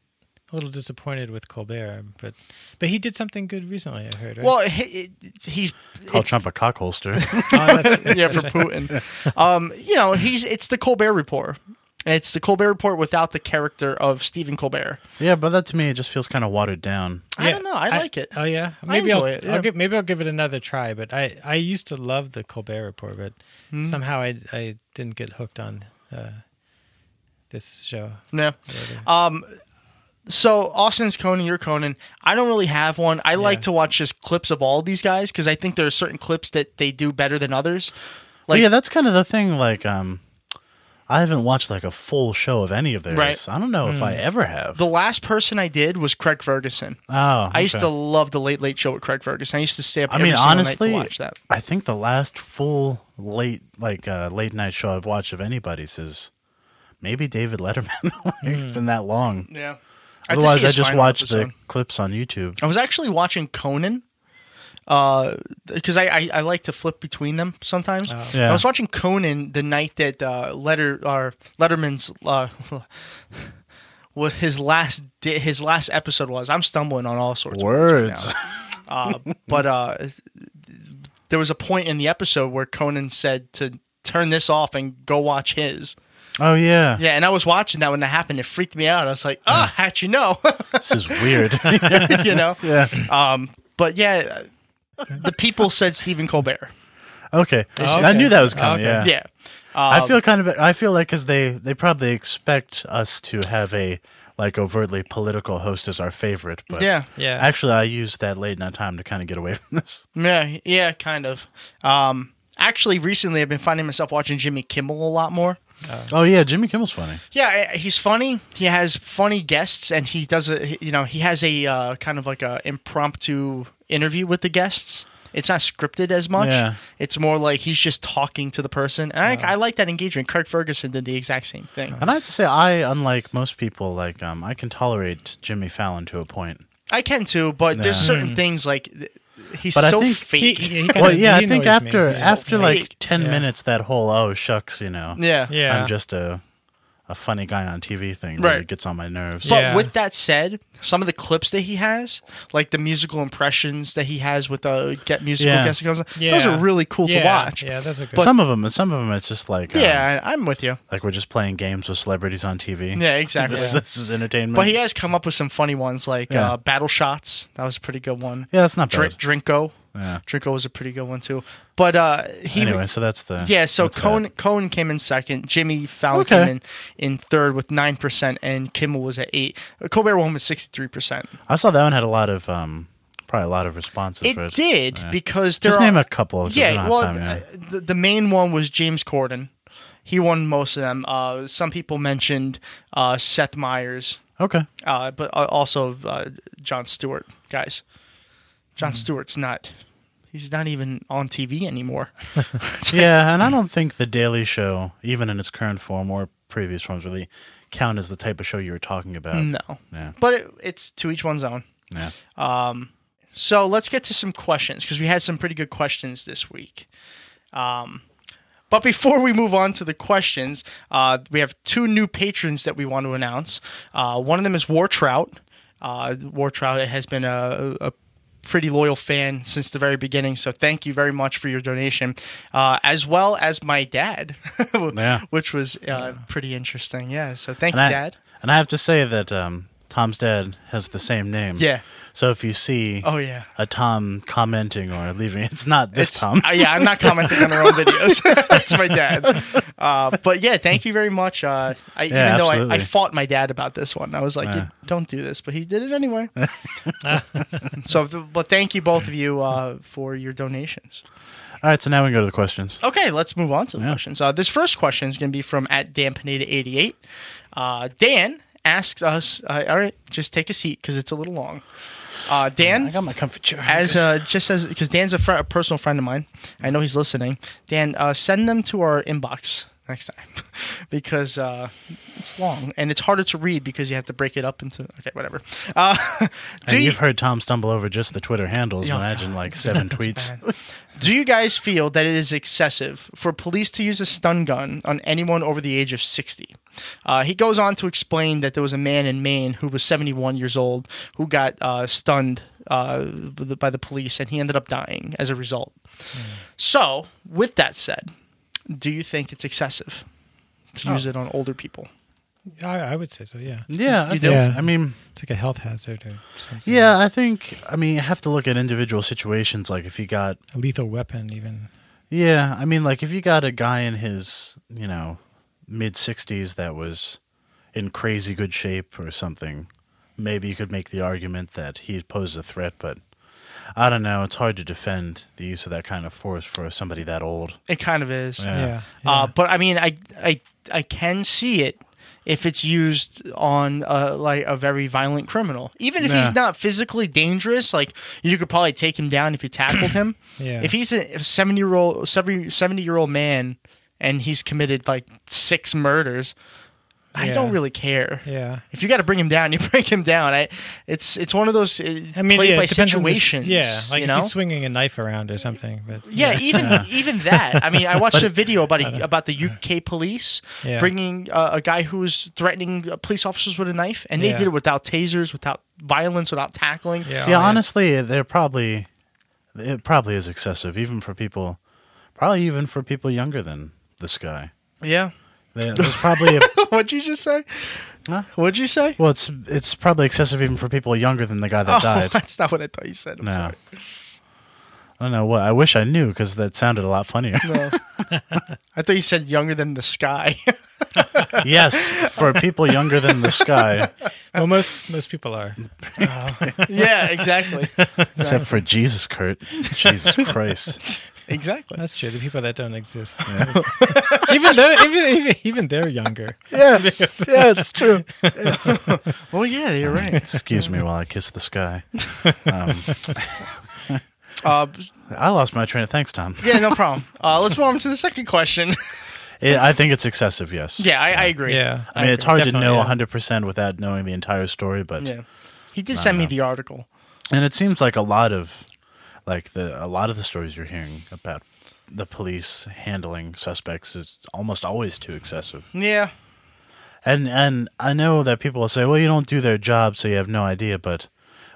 D: a little disappointed with Colbert, but but he did something good recently. I heard. Right?
C: Well, he, he's
E: Call Trump a cockholster.
D: Oh, that's-
C: yeah, for Putin. Um, you know, he's it's the Colbert Report. And it's the Colbert Report without the character of Stephen Colbert.
E: yeah, but that to me, it just feels kind of watered down.
C: I don't know. I, like it.
D: Oh yeah,
C: Maybe
D: maybe
C: I
D: I'll,
C: enjoy it. yeah.
D: I'll give, maybe I'll give it another try. But I, I used to love the Colbert Report, but
C: Hmm?
D: somehow I I didn't get hooked on uh, this show.
C: No. Um, so Austin's Conan, you're Conan. I don't really have one. I like to watch just clips of all these guys because I think there are certain clips that they do better than others. Like-
E: But yeah, that's kind of the thing. Like, um, I haven't watched like a full show of any of theirs.
C: Right. Mm.
E: I don't know if I ever have.
C: The last person I did was Craig Ferguson.
E: oh,
C: I used
E: okay.
C: to love the Late Late Show with Craig Ferguson. I used to stay up.
E: I mean,
C: every single night
E: honestly,
C: to watch that.
E: I think the last full late, like uh, late night show I've watched of anybody's is maybe David Letterman. like,
C: Hmm.
E: It's been that long.
C: Yeah.
E: Otherwise, I just watch the clips on YouTube.
C: I was actually watching Conan because I, I I like to flip between them sometimes.
E: Yeah.
C: I was watching Conan the night that uh, Letter or Letterman's uh, what his last di- his last episode was. I'm stumbling on all sorts of words
E: Words.
C: right now. uh, but uh, there was a point in the episode where Conan said to turn this off and go watch his.
E: Oh yeah.
C: Yeah, and I was watching that when that happened. It freaked me out. I was like, ah, how'd you know?
E: This is weird.
C: you know. Yeah. Um. But yeah, the people said Stephen Colbert.
E: okay.
D: Oh,
E: I
D: okay.
E: knew that was coming.
D: Okay.
E: Yeah.
C: Yeah. um,
E: I feel kind of. I feel like because they they probably expect us to have a like overtly political host as our favorite. But
C: Yeah.
D: Yeah.
E: Actually, I used that late night time to kind of get away from this.
C: Yeah. Yeah. Kind of. Um. Actually, recently I've been finding myself watching Jimmy Kimmel a lot more.
E: Oh yeah, Jimmy Kimmel's funny.
C: Yeah, I- he's funny. He has funny guests, and he does a he- you know he has a uh, kind of like a impromptu interview with the guests. It's not scripted as much.
E: Yeah.
C: It's more like he's just talking to the person, and I, I like that engagement. Kirk Ferguson did the exact same thing.
E: And I have to say, I unlike most people, like um, I can tolerate Jimmy Fallon to a point.
C: I can too, but there's
E: Yeah.
C: certain things like th- he's
E: But I
C: so
E: think
D: He-
C: fake.
D: he kinda-
E: Well, yeah,
D: he
E: I think
D: annoys me.
E: after
D: He's-
E: after
C: fake.
E: like ten minutes, that whole oh shucks, you know,
C: yeah.
D: yeah,
E: I'm just a a funny guy on TV thing
C: Right.
E: really gets on my nerves.
C: But
D: Yeah.
C: with that said, some of the clips that he has, like the musical impressions that he has with the get musical
E: Yeah.
C: guest, that comes on, those are really cool
D: Yeah.
C: to watch.
D: Yeah, those are good.
E: some of them, some of them, it's just like um,
C: Yeah, I, I'm with you.
E: like we're just playing games with celebrities on TV.
C: Yeah, exactly.
E: This, is- this is entertainment.
C: But he has come up with some funny ones, like
E: Yeah.
C: uh, Battle Shots. That was a pretty good one.
E: yeah, that's not bad.
C: Dr- Drinko.
E: Yeah.
C: Drinko was a pretty good one too. But uh, he
E: anyway, so that's the
C: Yeah, so
E: that's
C: Cohen
E: that.
C: Cohen came in second. Jimmy Fallon
E: Okay.
C: came in, in third with nine percent, and Kimmel was at eight. Uh, Colbert won with sixty three percent.
E: I saw that one had a lot of um, probably a lot of responses. for
C: It did
E: Yeah.
C: because there
E: Just
C: are,
E: name a couple. 'cause we don't
C: Yeah,
E: have
C: well,
E: time, yeah.
C: uh, the, the main one was James Corden. He won most of them. Uh, some people mentioned uh, Seth Meyers,
E: okay.
C: uh, but uh, also uh, John Stewart. Guys, John
E: Hmm.
C: Stewart's not. He's not even on TV anymore.
E: Yeah, and I don't think The Daily Show, even in its current form or previous forms, really count as the type of show you were talking about.
C: No.
E: Yeah.
C: But it, it's to each one's own.
E: Yeah.
C: So let's get to some questions because we had some pretty good questions this week. Um, but before we move on to the questions, uh, we have two new patrons that we want to announce. Uh, one of them is War Trout. Uh, War Trout has been a, a pretty loyal fan since the very beginning, so thank you very much for your donation, uh, as well as my dad,
E: Yeah.
C: which was uh, pretty interesting. Yeah, so thank
E: And
C: you,
E: I,
C: Dad.
E: and I have to say that um, Tom's Dad has the same name.
C: Yeah.
E: So if you see
C: Oh, yeah.
E: a Tom commenting or leaving, it's not this Tom.
C: Uh, yeah, I'm not commenting on her own videos. That's my dad. Uh, but yeah, thank you very much. Uh, I,
E: Yeah,
C: even though I, I
E: absolutely.
C: fought my dad about this one, I was like,
E: Yeah.
C: "Don't do this," but he did it anyway. so, but thank you both of you uh, for your donations.
E: All right, so now we can go to the questions.
C: Okay, let's move on to the questions. Uh, this first question is going to be from at Dan Pineda eighty eight. Uh, Dan asks us, uh, "All right, just take a seat because it's a little long." Uh, Dan,
E: my comforture.
C: as uh, just as because Dan's a, fr- a personal friend of mine. I know he's listening. Dan, uh, send them to our inbox next time because uh, it's long and it's harder to read because you have to break it up into okay, whatever. Uh, do
E: and
C: you,
E: you've heard Tom stumble over just the Twitter handles.
C: Yeah.
E: Imagine like seven tweets.
C: do you guys feel that it is excessive for police to use a stun gun on anyone over the age of 60? Uh, he goes on to explain that there was a man in Maine who was 71 years old who got uh, stunned uh, by the- by the police and he ended up dying as a result.
E: Hmm.
C: So, with that said, do you think it's excessive
E: Oh.
C: to use it on older people?
D: I, I would say so. Yeah,
E: Yeah, I,
C: You do?
E: think- I mean,
D: it's like a health hazard or something.
E: yeah, I think. I mean, you have to look at individual situations. Like if you got
D: a lethal weapon even.
E: Yeah, I mean, like if you got a guy in his, you know, mid sixties that was in crazy good shape or something, maybe you could make the argument that he posed a threat. But I don't know; it's hard to defend the use of that kind of force for somebody that old.
C: It kind of is.
E: Yeah.
D: Yeah,
C: Uh, but I mean, I, I I can see it if it's used on uh, like a very violent criminal. Even if
E: Yeah.
C: he's not physically dangerous, like you could probably take him down if you tackled him.
D: Yeah.
C: If he's a seventy year old seventy year old man and he's committed like six murders, I
D: Yeah.
C: don't really care.
D: yeah.
C: If you got to bring him down, you bring him down. I, it's it's one of those uh,
D: I mean,
C: played
D: yeah,
C: by
D: it depends on the s-
C: situations.
D: yeah, like
C: you
D: if
C: know?
D: he's swinging a knife around or something. But
C: Yeah, even even that. I mean, I watched a video about a, about the UK police
D: uh, Yeah.
C: bringing uh, a guy who was threatening uh, police officers with a knife, and they
D: Yeah.
C: did it without tasers, without violence, without tackling.
D: yeah,
E: yeah,
D: oh,
E: honestly, they're probably it probably is excessive, even for people, probably even for people younger than this guy.
C: yeah.
E: There- There's probably a,
C: What'd you just say?
E: Huh?
C: What'd you say?
E: well, it's it's probably excessive even for people younger than the guy
C: Oh,
E: that died.
C: That's not what I thought you said. I'm
E: No. I don't know what. I wish I knew because that sounded a lot funnier.
C: sorry. No. I thought you said younger than the sky.
E: yes, for people younger than the sky,
D: well, most most people are.
C: yeah, exactly,
E: except for Jesus, Kurt. Jesus Christ.
C: exactly.
D: That's true. The people that don't exist, even though even, even even they're younger.
E: Yeah, yeah, it's true.
C: Well, yeah, you're right.
E: Excuse me while I kiss the sky.
C: Uh,
E: I lost my train. of Thanks, Tom.
C: yeah, no problem. Uh, let's move on to the second question.
E: It, I think it's excessive. Yes.
C: yeah, I, I agree.
D: Yeah,
E: I mean, it's hard to
D: Definitely,
E: know
D: yeah.
E: 100 percent without knowing the entire story, but
C: yeah. He did send me the article.
E: and it seems like a lot of like the a lot of the stories you're hearing about the police handling suspects is almost always too excessive.
C: Yeah.
E: And and I know that people will say, "Well, you don't do their job, so you have no idea." But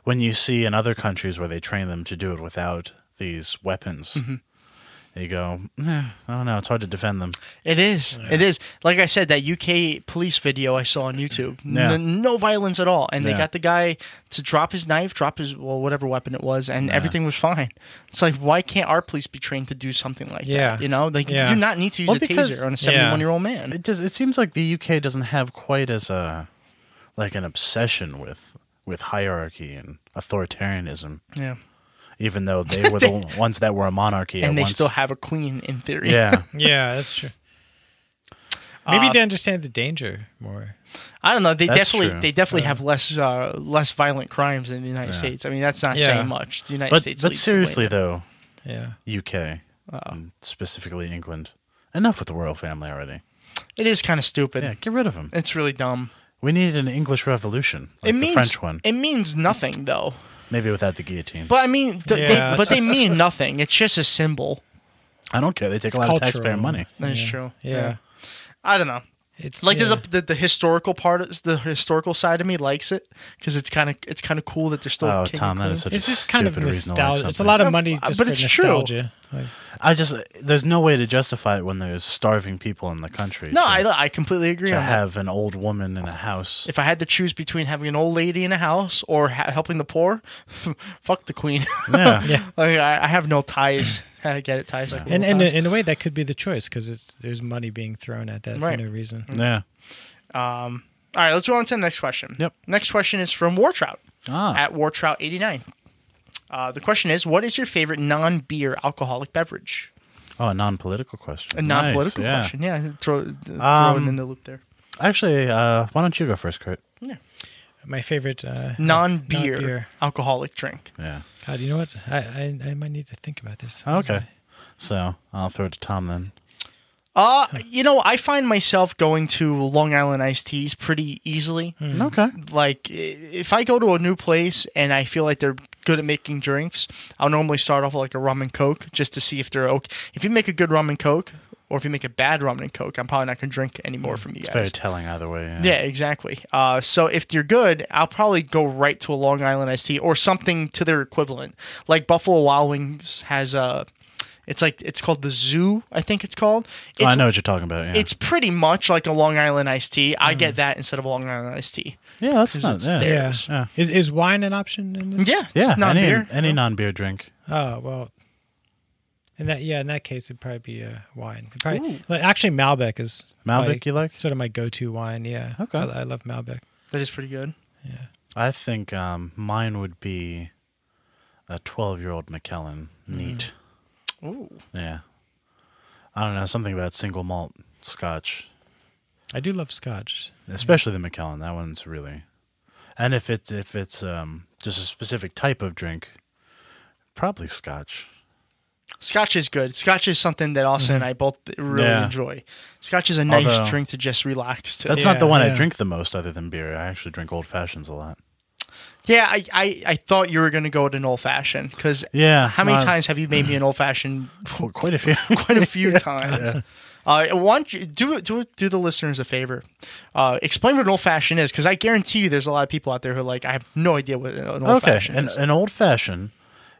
E: when you see in other countries where they train them to do it without these weapons,
C: Mm-hmm.
E: you go, eh, "I don't know. It's hard to defend them."
C: It is. It is. Like I said, that UK police video I saw on YouTube,
E: Yeah.
C: n- no violence at all, and they
E: Yeah.
C: got the guy to drop his knife, drop his well, whatever weapon it was, and everything was fine. It's like, why can't our police be trained to do something like
D: Yeah.
C: that? You know, like
D: Yeah.
C: you do not need to use
E: Well,
C: a
E: because-
C: taser on a
E: yeah.
C: seventy-one-year-old man.
E: It just it seems like the UK doesn't have quite as a like an obsession with with hierarchy and authoritarianism,
C: yeah,
E: even though they were the ones that were a monarchy. at
C: and they
E: once.
C: still have a queen in theory.
E: yeah.
D: Yeah, that's true. Maybe
E: Uh,
D: they understand the danger more.
C: I don't know. They
E: That's
C: definitely
E: true.
C: they definitely have less uh, less violent crimes in the United States. I mean, that's not
D: Yeah.
C: saying much. The United
E: but
C: States,
E: but
C: leads the way
E: seriously
C: there.
E: though,
D: Yeah,
E: UK, and specifically England. Enough with the royal family already.
C: it is kind of stupid.
E: Yeah, get rid of them.
C: It's really dumb.
E: We need an English Revolution, like
C: it
E: the
C: means
E: French one,
C: It means nothing though.
E: maybe without the guillotine.
C: But I mean, th-
D: Yeah,
C: they, but
D: it's-
C: they mean nothing. It's just a symbol.
E: I don't care. They take a lot of
D: cultural.
E: taxpayer money.
C: That's true.
D: yeah.
C: I don't know.
D: It's
C: Like there's
D: yeah.
C: a the, the historical part, of- the historical side of me likes it because it's kind of it's kind of cool that they're still.
E: Oh,
C: king and
E: Tom, that
C: queen.
E: is such
D: It's
E: a
D: just kind of
E: stupid reason to like
D: nostalgia. It's a
E: something.
D: lot of money
C: Uh,
D: just
C: but
D: for
C: it's true.
D: nostalgia. Like,
E: I just there's no way to justify it when there's starving people in the country.
C: No,
E: to,
C: I I completely agree.
E: to
C: on that.
E: have an old woman in a house.
C: If I had to choose between having an old lady in a house or ha- helping the poor, fuck the queen.
E: yeah.
C: like, I, I have no ties. I get it, ties. Like,
D: and
C: little
D: and
C: ties.
D: in a way, that could be the choice because there's money being thrown at that
C: Right.
D: for no reason.
E: Yeah.
C: All right, let's go on to the next question.
E: Yep.
C: Next question is from Wartrout
E: Ah.
C: at Wartrout89. Uh, the question is, what is your favorite non-beer alcoholic beverage?
E: Oh, a non-political question.
C: A
E: Nice,
C: non-political
E: yeah.
C: question. Yeah, throw, th- throw
E: Um,
C: it in the loop there.
E: Actually, uh, why don't you go first, Kurt?
D: My favorite uh,
C: Non-beer,
D: non-beer.
C: alcoholic drink.
E: Yeah.
D: God, you know what? I, I I might need to think about this.
E: Okay. So I'll throw it to Tom then.
C: Uh, you know, I find myself going to Long Island iced teas pretty easily.
E: Okay.
C: like i- if I go to a new place and I feel like they're good at making drinks, I'll normally start off with like a rum and coke just to see if they're okay. If you make a good rum and coke, or if you make a bad rum and coke, I'm probably not gonna drink anymore from you
E: Mm, It's
C: guys.
E: very telling either way. Yeah.
C: yeah, exactly. Uh, so if they're good, I'll probably go right to a Long Island iced tea or something to their equivalent. Like Buffalo Wild Wings has a, it's like it's called the Zoo, I think it's called.
E: Oh,
C: It's,
E: I know what you're talking about. Yeah. Mm.
C: It's pretty much like a Long Island iced tea. I get that instead of a Long Island iced tea.
E: yeah, that's not.
C: it's
E: Yeah.
C: there.
D: Yeah.
E: Yeah. Yeah.
D: Is is wine an option in this?
C: Yeah,
E: Yeah,
C: it's not
E: any,
C: beer.
E: any non-beer drink.
D: Oh well. In that yeah, in that case, it'd probably be uh, wine. It'd Probably, like, actually, Malbec is
E: Malbec
D: like,
E: you like?
D: sort of my go-to wine. Yeah.
E: Okay.
D: I, I love Malbec.
C: That is pretty good.
E: I think um, mine would be a 12-year-old McKellen neat.
C: Ooh.
E: Yeah. I don't know something about single malt Scotch,
D: I do love Scotch.
E: especially the McKellen. That one's really, and if it's if it's um, just a specific type of drink, probably Scotch.
C: Scotch is good. Scotch is something that Austin and I both really
E: Mm-hmm. Yeah.
C: enjoy. Scotch is a nice
E: Although-
C: drink to just relax to.
E: That's
D: Yeah,
E: not the one I
D: yeah.
E: drink the most, other than beer. I actually drink old fashions a lot.
C: yeah, I, I, I thought you were going to go with an old fashioned because
E: Yeah,
C: how many
E: mine-
C: times have you made me an old fashioned?
E: Qu- Quite a few.
C: Quite a few times. Uh, I want you, do it- do it- do the listeners a favor. Uh, explain what an old fashioned is because I guarantee you there's a lot of people out there who are like I have no idea what an old
E: okay, uh,
C: fashioned
E: an,
C: is.
E: an old fashioned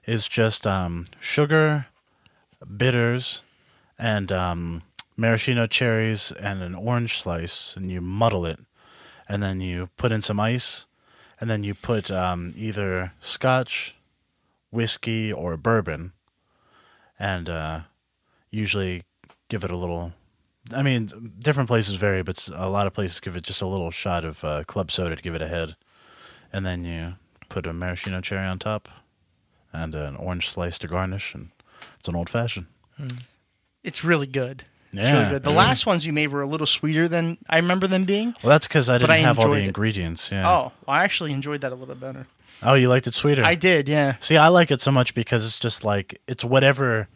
E: is just um, sugar, bitters, and um, maraschino cherries and an orange slice, and you muddle it, and then you put in some ice, and then you put um, either scotch, whiskey, or bourbon, and uh, usually give it a little. I mean, different places vary, but s- a lot of places give it just a little shot of uh, club soda to give it a head and then you put a maraschino cherry on top and an orange slice to garnish and it's an old fashioned
C: It's really good. it's really
E: Yeah,
C: good. The
E: it is.
C: last ones you made were a little sweeter than I remember them being.
E: well that's because i didn't
C: I
E: have all the
C: enjoyed it.
E: ingredients yeah
C: Oh, well, I actually enjoyed that a little better.
E: oh you liked it sweeter
C: I did, yeah.
E: see i like it so much because it's just like it's whatever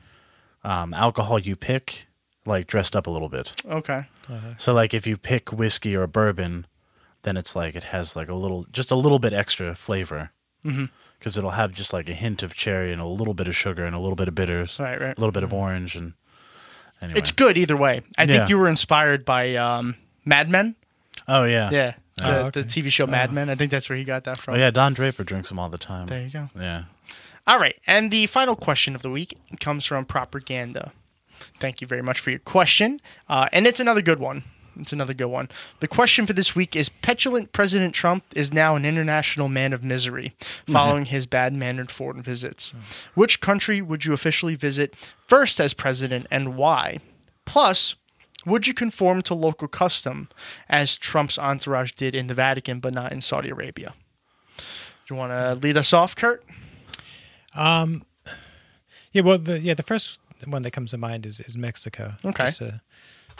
E: um, alcohol you pick like dressed up a little bit
C: Okay.
E: so like if you pick whiskey or bourbon then it's like it has like a little just a little bit extra flavor
C: Mm-hmm.
E: because it'll have just like a hint of cherry and a little bit of sugar and a little bit of bitters
C: Right, right. Mm-hmm.
E: a little bit of orange and anyway
C: It's good either way. I
E: Yeah.
C: think you were inspired by um, Mad Men.
E: Oh yeah.
C: Yeah. The,
D: Oh, okay.
C: the TV show Mad Men. I think that's where he got that from.
E: Oh yeah. Don Draper drinks them all the time.
C: There you go.
E: Yeah.
C: All right. And the final question of the week comes from Propaganda. Thank you very much for your question. Uh, and it's another good one. It's another good one. The question for this week is Petulant President Trump is now an international man of misery following his bad mannered foreign visits. Which country would you officially visit first as president and why? Plus, would you conform to local custom as Trump's entourage did in the Vatican but not in Saudi Arabia? Do you want to lead us off, Kurt?
D: Yeah. Well, the yeah the first one that comes to mind is is Mexico.
C: Okay.
D: Just to,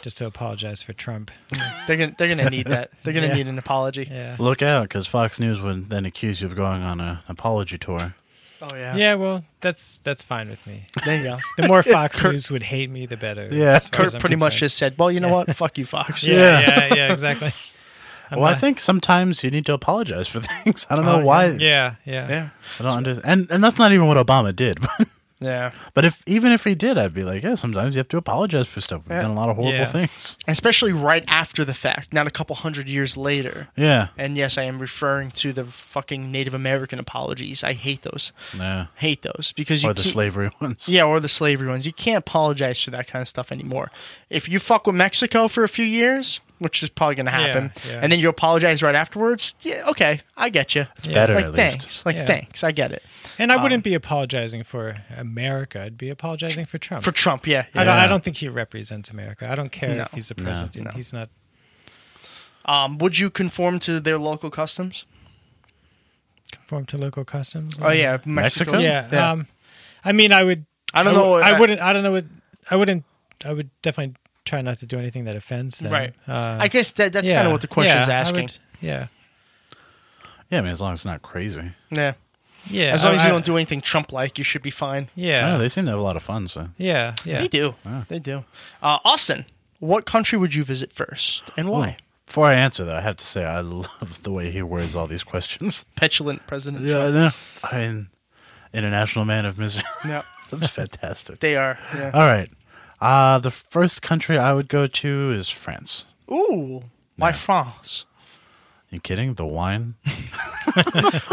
D: just to apologize for Trump.
C: They're gonna they're gonna need that. They're gonna
D: Yeah.
C: need an apology.
D: Yeah.
E: Look out, because Fox News would then accuse you of going on an apology tour.
C: Oh yeah.
D: Yeah. Well, that's that's fine with me.
C: There you go.
D: The more Fox News would hate me, the better.
E: Yeah.
D: as far
C: Kurt
D: as I'm
C: pretty much
D: concerned.
C: just said, "Well, you know what? Fuck you, Fox."
D: Yeah. Yeah. Yeah. Exactly. I'm
E: well, I
D: not-
E: think sometimes you need to apologize for things. I don't know
C: Oh,
E: why.
D: Yeah. Yeah.
C: Yeah.
E: I don't understand. And and that's not even what Obama did.
C: Yeah.
E: But if even if he did, I'd be like, yeah. Sometimes you have to apologize for stuff. We've
C: Yeah.
E: done a lot of horrible
D: Yeah.
E: things.
C: Especially right after the fact, not a couple hundred years later.
E: Yeah.
C: And yes, I am referring to the fucking Native American apologies. I hate those.
E: Yeah.
C: Hate those because you
E: Or the
C: can't-
E: slavery ones.
C: Yeah, or the slavery ones. You can't apologize for that kind of stuff anymore. If you fuck with Mexico for a few years, which is probably going to happen,
D: yeah.
C: and then you apologize right afterwards, yeah, okay, I get you. It's
E: better,
C: Like
E: at least.
C: thanks, like
D: Yeah.
C: thanks, I get it.
D: And I wouldn't be apologizing for America. I'd be apologizing for Trump.
C: For Trump, yeah,
D: I, don't, I
E: Yeah.
D: don't think he represents America. I don't care if he's the president.
C: No.
D: He's not.
C: Um, would you conform to their local customs?
D: conform to local customs.
C: Oh yeah, Mexico.
E: Mm-hmm. Mexico?
D: yeah. Um, I mean, I would.
C: I don't
D: w-
C: know,
D: I,
C: I-
D: wouldn't. I don't know. What, I wouldn't. I would definitely try not to do anything that offends them.
C: right.
D: Uh,
C: I guess that that's kind of what the question is
D: yeah, I
C: asking.
D: would- yeah.
E: Yeah, I mean, as long as it's not crazy.
C: yeah,
D: Yeah.
C: as long
D: I-
C: as you
D: I-
C: don't do anything Trump-like, you should be fine.
E: I don't
D: Yeah.
E: know, they seem to have a lot of fun. So
D: yeah. Yeah.
C: They do, they do. Uh, Austin, what country would you visit first, and why?
E: before I answer though, I have to say I love the way he words all these questions.
C: Petulant President.
E: Yeah, I
C: Trump.
E: know. I mean, international man of misery.
C: Yeah.
E: That's fantastic.
C: They are. Yeah.
E: All right. Uh, the first country I would go to is France.
C: Ooh, why France?
E: you kidding? The wine?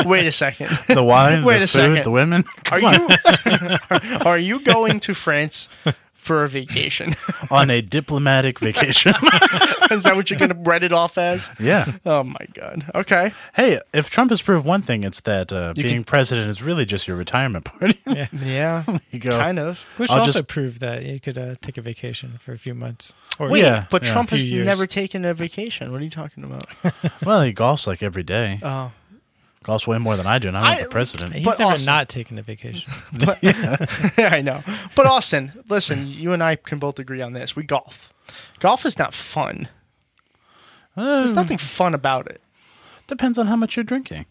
C: Wait a second.
E: The wine?
C: Wait
E: the
C: a
E: food?
C: second.
E: The women?
C: Are you are you going to France for a vacation?
E: On a diplomatic vacation.
C: Is that what you're going to write it off as?
E: yeah.
C: Oh my god. Okay.
E: Hey, if Trump has proved one thing, it's that uh, being
C: can-
E: president is really just your retirement party.
C: Yeah.
E: you go,
C: Kind of.
D: Which
E: I'll
D: also
E: just-
D: proved that you could uh, take a vacation for a few months. Or
C: Wait,
E: Yeah,
C: but
E: yeah.
C: Trump
D: Few
C: has
D: years.
C: never taken a vacation. What are you talking about?
E: Well, he golfs like every day.
C: Oh.
E: golfs way more than I do, and I'm not
C: I-
E: the president.
D: He's
C: but
D: never
C: also-
D: not taken a vacation.
C: I know. But Austin, listen, you and I can both agree on this. We golf. Golf is not fun. There's
E: Hmm.
C: nothing fun about it.
E: Uh, Depends on how much you're drinking.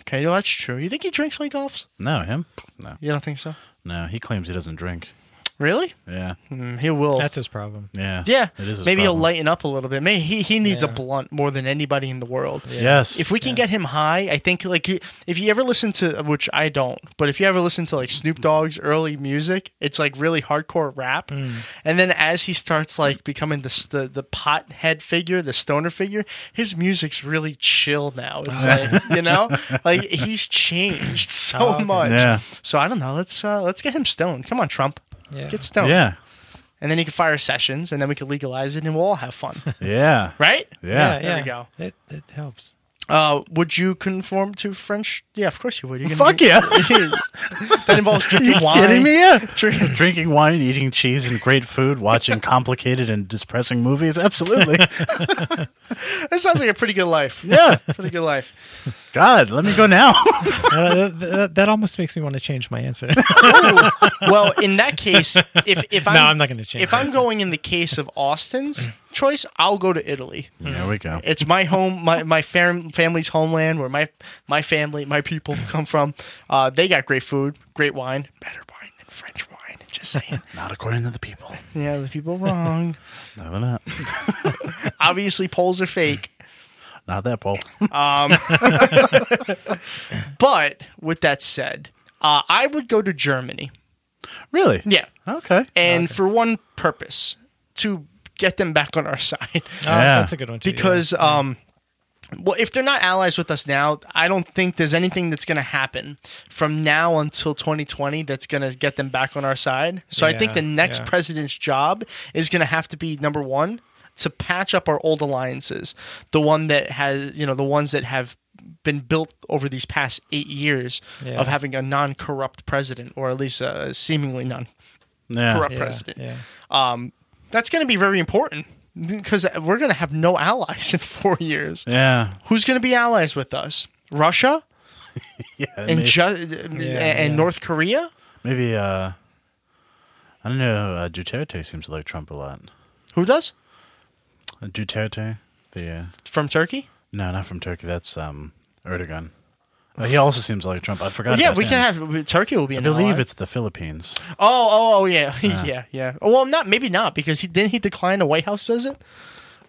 C: Okay, well, that's true. You think he drinks when he golfs?
E: No, him? No,
C: You don't think so?
E: no. He claims he doesn't drink.
C: Really?
E: Yeah,
C: Mm, he will.
D: That's his problem.
E: yeah,
C: Yeah,
E: It is his
C: maybe he'll
E: problem.
C: lighten up a little bit. Maybe he, he needs a
D: Yeah.
C: blunt more than anybody in the world.
E: Yes.
C: If we can get him high, I think like you- if you ever listen to which I don't, but if you ever listen to like Snoop Dogg's early music, it's like really hardcore rap.
D: Mm.
C: And then as he starts like becoming the s- the, the pothead figure, the stoner figure, his music's really chill now.
E: Oh,
C: It's like you know, like he's changed so
D: Oh,
C: much.
E: Yeah.
C: So I don't know. Let's uh, let's get him stoned. Come on, Trump.
D: Yeah.
C: Get stoned.
E: yeah,
C: And then you can fire sessions, and then we can legalize it, and we'll all have fun.
E: yeah,
C: right?
E: yeah.
C: There we go.
D: It it helps.
C: Uh, would you conform to French? Yeah, of course you would. You're gonna
E: Fuck
C: drink-
E: yeah!
C: that involves drinking wine.
E: Kidding me? Yeah.
C: Drink-
E: Drinking wine, eating cheese and great food, watching complicated and depressing movies. Absolutely.
C: that sounds like a pretty good life.
E: Yeah.
C: Pretty good life.
E: God, let me go now.
D: Uh, that, that, that almost makes me want to change my answer.
C: Ooh. Well, in that case, if if I'm,
D: I'm not gonna change
C: If I'm
D: that.
C: going in the case of Austin's choice, I'll go to Italy.
E: there we go.
C: It's my home, my my fam- family's homeland, where my my family, my people come from. Uh, they got great food, great wine, better wine than French wine. Just saying.
E: Not according to the people.
C: yeah, the people wrong.
E: No, they're not.
C: Obviously, polls are fake.
E: Not that Paul.
C: But with that said, uh, I would go to Germany.
E: Really?
C: Yeah.
E: Okay.
C: And for one purpose to get them back on our side.
D: Oh,
E: Yeah.
D: That's a good one too. yeah.
C: Because, um, well, if they're not allies with us now, I don't think there's anything that's going to happen from now until 2020 that's going to get them back on our side. So I think the
D: Yeah,
C: next
D: yeah.
C: president's job is going to have to be number one to patch up our old alliances, the one that has, you know, the ones that have been built over these past eight years
D: Yeah.
C: of having a non-corrupt president, or at least a seemingly non
E: Yeah.
C: corrupt
D: Yeah,
C: president.
D: Yeah.
C: That's going to be very important because we're going to have no allies in four years.
E: Yeah.
C: Who's going to be allies with us? Russia
E: Yeah.
C: and
E: maybe,
C: ju- and
D: yeah.
C: North Korea?
E: maybe, uh, I don't know. Uh, Duterte seems to like Trump a lot.
C: Who does?
E: Uh, Duterte, the uh,
C: From Turkey?
E: no, not from Turkey. That's um Erdogan. Uh, he also seems to like Trump. I forgot.
C: yeah,
E: that,
C: we can have Turkey will be
E: I
C: an
E: believe
C: ally.
E: it's the Philippines.
C: Oh, oh, oh, yeah, yeah, yeah. Well, not maybe not because he didn't he decline a White House visit.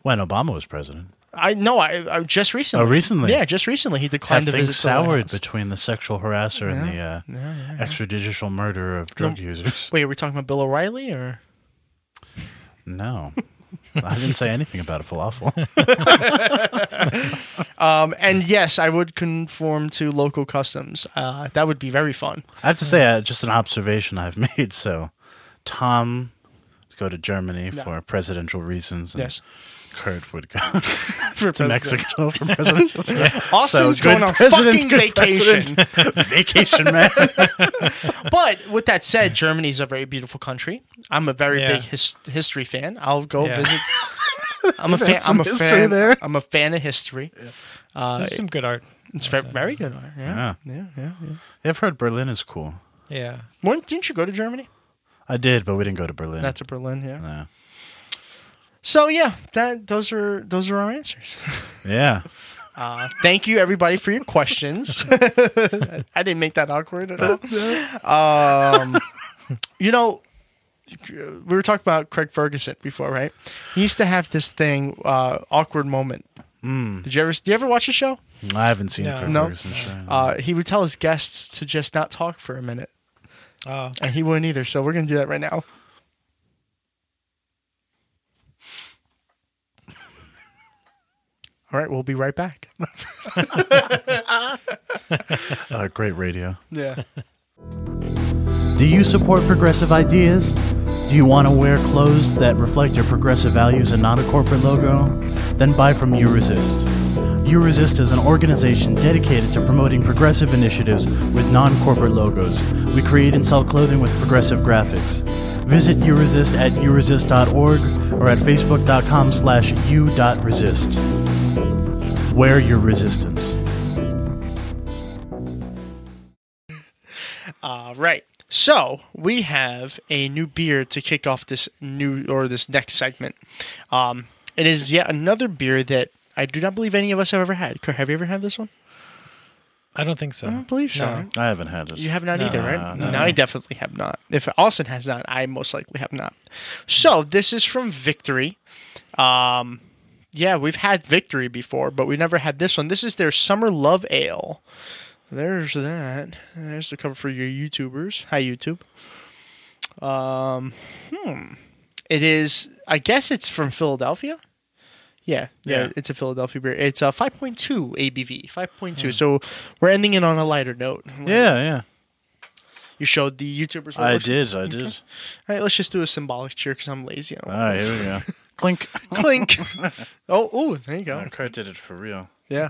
E: When Obama was president.
C: I no, I, I just recently.
E: Oh, recently?
C: Yeah, just recently he declined
E: Have
C: to
E: things
C: visit
E: soured
C: soured.
E: between the sexual harasser and the uh, extrajudicial murder of drug users?
C: Wait, are we talking about Bill O'Reilly or?
E: No. I didn't say anything about a falafel.
C: Um, and yes, I would conform to local customs. Uh, that would be very fun.
E: I have to say, uh, just an observation I've made. So, Tom would go to Germany for presidential reasons. And
C: Yes.
E: Kurt would go
C: For
E: Hmm. to Mexico for presidential.
C: Austin's
E: good
C: going on
E: president,
C: fucking
E: good
C: vacation.
E: president. vacation, man.
C: But with that said, Germany's a very beautiful country. I'm a very
D: Yeah.
C: big his- history fan. I'll go
D: Yeah.
C: visit. I'm a fan.
E: That's
C: I'm a
E: some history
C: fan.
E: there.
C: I'm a fan of history. Uh,
D: There's some good art.
C: it's very, very good. art, Yeah.
E: Yeah.
C: yeah, yeah, yeah.
E: I've heard Berlin is cool.
D: Yeah.
C: Weren't- didn't you go to Germany?
E: I did, but we didn't go to Berlin.
C: Not to Berlin. Yeah.
E: No.
C: So yeah, that those are those are our answers.
E: Yeah.
C: Thank you everybody for your questions. I didn't make that awkward at all. Um, you know, we were talking about Craig Ferguson before, right? He used to have this thing, uh, awkward moment. Did you ever? Do you ever watch the show?
E: I haven't seen
D: No.
E: Kurt
C: No.
E: Ferguson show.
C: Uh, he would tell his guests to just not talk for a minute,
D: Oh,
C: and he wouldn't either. So we're gonna do that right now. All right, we'll be right back.
E: Uh, great radio.
C: Yeah.
E: Do you support progressive ideas? Do you want to wear clothes that reflect your progressive values and not a corporate logo? Then buy from You Resist. You Resist is an organization dedicated to promoting progressive initiatives with non corporate logos. We create and sell clothing with progressive graphics. Visit You Resist at youresist.org or at facebook.com slash u.resist. Wear your resistance.
C: All Uh, right. So we have a new beer to kick off this new or this next segment. Um, it is yet another beer that I do not believe any of us have ever had. Kurt, Have you ever had this one?
D: I don't think so.
C: I don't believe so.
D: No.
E: I haven't had it.
C: You have not either, right? No, I definitely have not. If Austin has not, I most likely have not. So this is from Victory. Um, yeah, we've had Victory before, but we never had this one. This is their Summer Love Ale. There's that. There's the cover for your YouTubers. Hi, YouTube. Um, hmm. It is. I guess it's from Philadelphia. Yeah, yeah,
D: Yeah.
C: it's a Philadelphia beer. It's uh, a 5.2 ABV, 5.2. So we're ending it on a lighter note.
E: Yeah, yeah.
C: You showed the YouTubers. what it
E: I
C: looks-
E: did, I did.
C: All right, let's just do a symbolic cheer because I'm lazy.
E: All right, here we go. Clink.
C: Clink. oh, oh, there you go.
E: Kurt did it for real.
C: Yeah,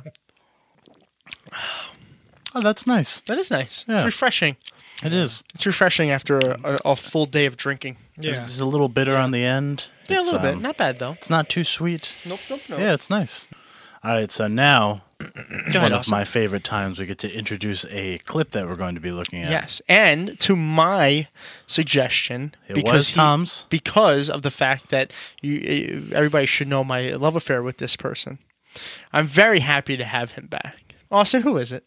E: Oh, that's nice.
C: that is nice.
E: Yeah.
C: It's refreshing.
E: It is.
C: It's refreshing after a, a, a full day of drinking.
D: Yeah.
E: It's a little bitter on the end.
C: Yeah, a
E: It's,
C: little bit.
E: um,
C: Not bad though.
E: It's not too sweet.
C: Nope, nope, nope.
E: Yeah, it's nice. All right, so now one of
C: Austin.
E: my favorite times we get to introduce a clip that we're going to be looking at.
C: Yes, and to my suggestion,
E: It
C: because
E: was
C: he-
E: Tom's.
C: because of the fact that you eh, everybody should know my love affair with this person. I'm very happy to have him back. Austin, who is it?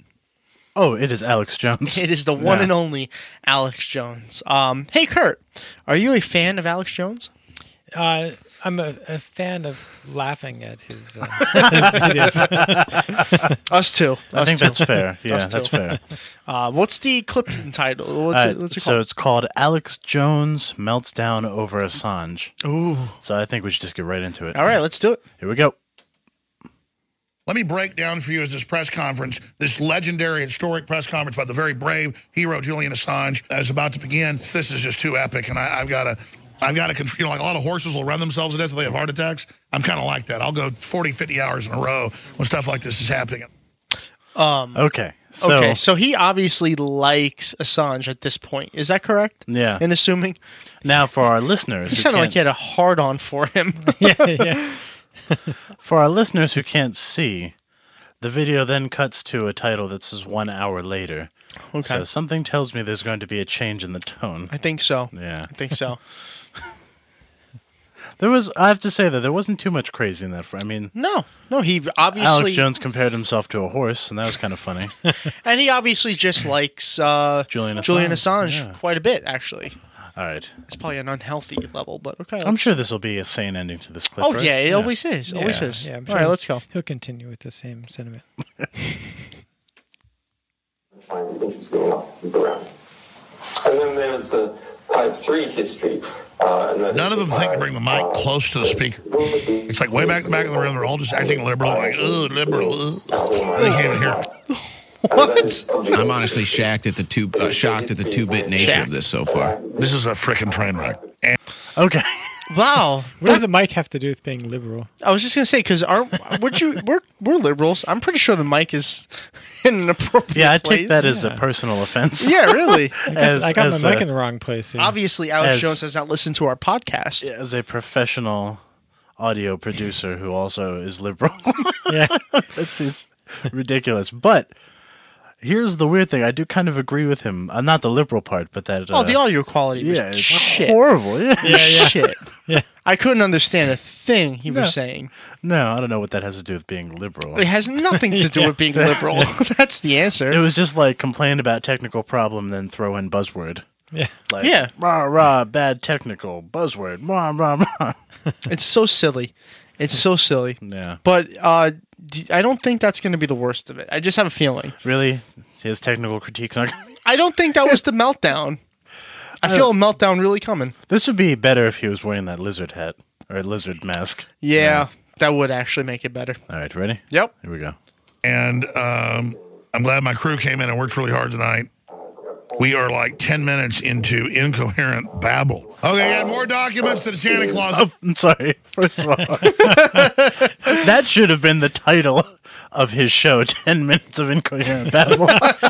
E: Oh, it is Alex Jones.
C: It is the one
E: Yeah.
C: and only Alex Jones. Um, hey, Kurt, are you a fan of Alex Jones?
D: Uh, I'm a, a fan of laughing at his uh, videos.
C: Us too.
E: I
C: Us
E: think
C: too.
E: that's fair. Yeah,
C: Us
E: that's
C: two.
E: fair.
C: Uh, what's the clip title? What's,
E: All
C: it,
E: right,
C: what's it
E: Uh, so
C: called?
E: it's called Alex Jones melts down over Assange.
C: Ooh.
E: So I think we should just get right into it.
C: All right, let's do it.
E: here we go.
F: Let me break down for you at this press conference, this legendary, historic press conference about the very brave hero Julian Assange that is about to begin. This is just too epic, and I, I've got to, I've got to, you know, like a lot of horses will run themselves to death if they have heart attacks. I'm kind of like that. I'll go 40, 50 hours in a row when stuff like this is happening.
E: Okay. So,
C: okay, so he obviously likes Assange at this point. Is that correct?
E: Yeah.
C: And assuming
E: now for our listeners,
C: he "Oh,
E: who
C: sounded
E: can't-
C: like he had a hard on for him.
D: yeah, yeah.
E: For our listeners who can't see, the video then cuts to a title that says one hour later.
C: okay,
E: So something tells me there's going to be a change in the tone.
C: I think so.
E: Yeah.
C: I think so.
E: There was, I have to say that there wasn't too much crazy in that. For, I mean,
C: No, no, he
E: Alex
C: obviously
E: Jones compared himself to a horse, and that was kind of funny.
C: and he obviously just likes uh,
E: Julian Assange,
C: Julian Assange
E: yeah.
C: quite a bit, actually.
E: All right.
C: It's probably an unhealthy level, but okay.
E: I'm sure this will be a sane ending to this clip.
C: Oh
E: right?
C: yeah, it always is. Always
E: Yeah,
C: is.
D: Yeah, I'm
C: All right, let's go.
D: He'll continue with the same sentiment.
G: find things going on on the ground. And then there's the Type 3 history. Uh, and that
F: None
G: is
F: of them think to bring the mic close to the speaker. It's like way back in the back of the room, they're all just acting liberal, like, ugh, liberal, ugh. And they can't even hear.
C: What?
H: I'm honestly shocked at the two uh, shocked at the two bit nature of this so far.
F: This is a freaking train wreck. And
E: Okay.
C: Wow.
D: What does the mic have to do with being liberal?
C: I was just gonna say because aren't would you we're we're liberals. I'm pretty sure the mic is in an appropriate.
E: Yeah, I
C: place.
E: take that as a personal offense.
C: Yeah, really.
E: As,
D: I got
E: as
D: my
E: a,
D: mic in the wrong place. Here.
C: Obviously, Alex
E: As-
C: Jones has not listened to our podcast.
E: as a professional audio producer who also is liberal.
D: Yeah.
E: it's, it's ridiculous. But here's the weird thing: I do kind of agree with him. Uh, not the liberal part, but that.
C: Oh,
E: uh,
C: the audio quality was
E: yeah, it's
C: shit.
E: horrible. Yeah.
C: Shit.
D: Yeah.
C: I couldn't understand a thing he was saying.
E: No, I don't know what that has to do with being liberal.
C: It has nothing to do with being liberal. That's the answer.
E: It was just like complain about technical problem, then throw in buzzword.
D: Yeah.
E: Like,
C: Yeah.
E: rah rah, bad technical buzzword, rah rah rah.
C: It's so silly. It's so silly.
E: Yeah,
C: But uh, d- I don't think that's going to be the worst of it. I just have a feeling.
E: really, his technical critiques. Not gonna-
C: I don't think that was the meltdown. I feel a meltdown really coming.
E: this would be better if he was wearing that lizard hat or lizard mask.
C: Yeah, that would actually make it better.
E: All right, ready?
C: Yep.
E: Here we go.
F: and um, I'm glad my crew came in and worked really hard tonight. We are like 10 minutes into incoherent babble. Okay, and more documents to the Santa Claus.
E: Oh, I'm sorry. First of all, that should have been the title of his show: Ten Minutes of Incoherent Babble.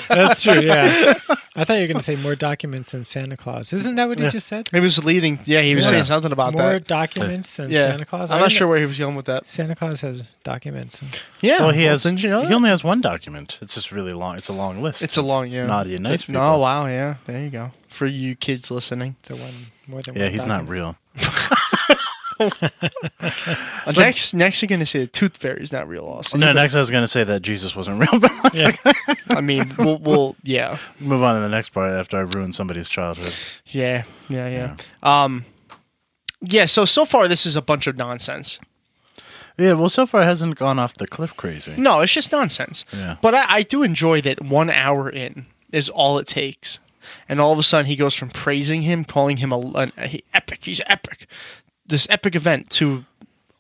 D: That's true. Yeah. I thought you were going to say more documents than Santa Claus. Isn't that what you just said?
C: He was leading. Yeah, he was saying something about
D: more
C: that.
D: documents than
C: Yeah,
D: Santa Claus.
C: I'm
D: I
C: not
D: didn't-
C: sure where he was going with that.
D: Santa Claus has documents.
C: Yeah,
E: Well, he has.
C: didn't you know
E: he
C: that?
E: only has one document. It's just really long. It's a long list.
C: It's a long yeah.
E: Naughty and nice
C: It's-
E: people.
C: No, wow, yeah. There you go. For you kids listening.
D: So one more than
E: Yeah,
D: one
E: he's not
D: document.
E: real.
C: next, next you're gonna say the Tooth Fairy's not real, awesome.
E: No, next I was going to say that Jesus wasn't real, but let's
D: Yeah.
C: I mean, we'll, we'll yeah,
E: move on to the next part after I ruined somebody's childhood.
C: yeah, yeah, yeah. Um, yeah. So so far, this is a bunch of nonsense.
E: Yeah, well, so far it hasn't gone off the cliff crazy.
C: No, it's just nonsense.
E: Yeah.
C: But I, I do enjoy that one hour in is all it takes, and all of a sudden he goes from praising him, calling him a, an a- epic, he's epic, this epic event to,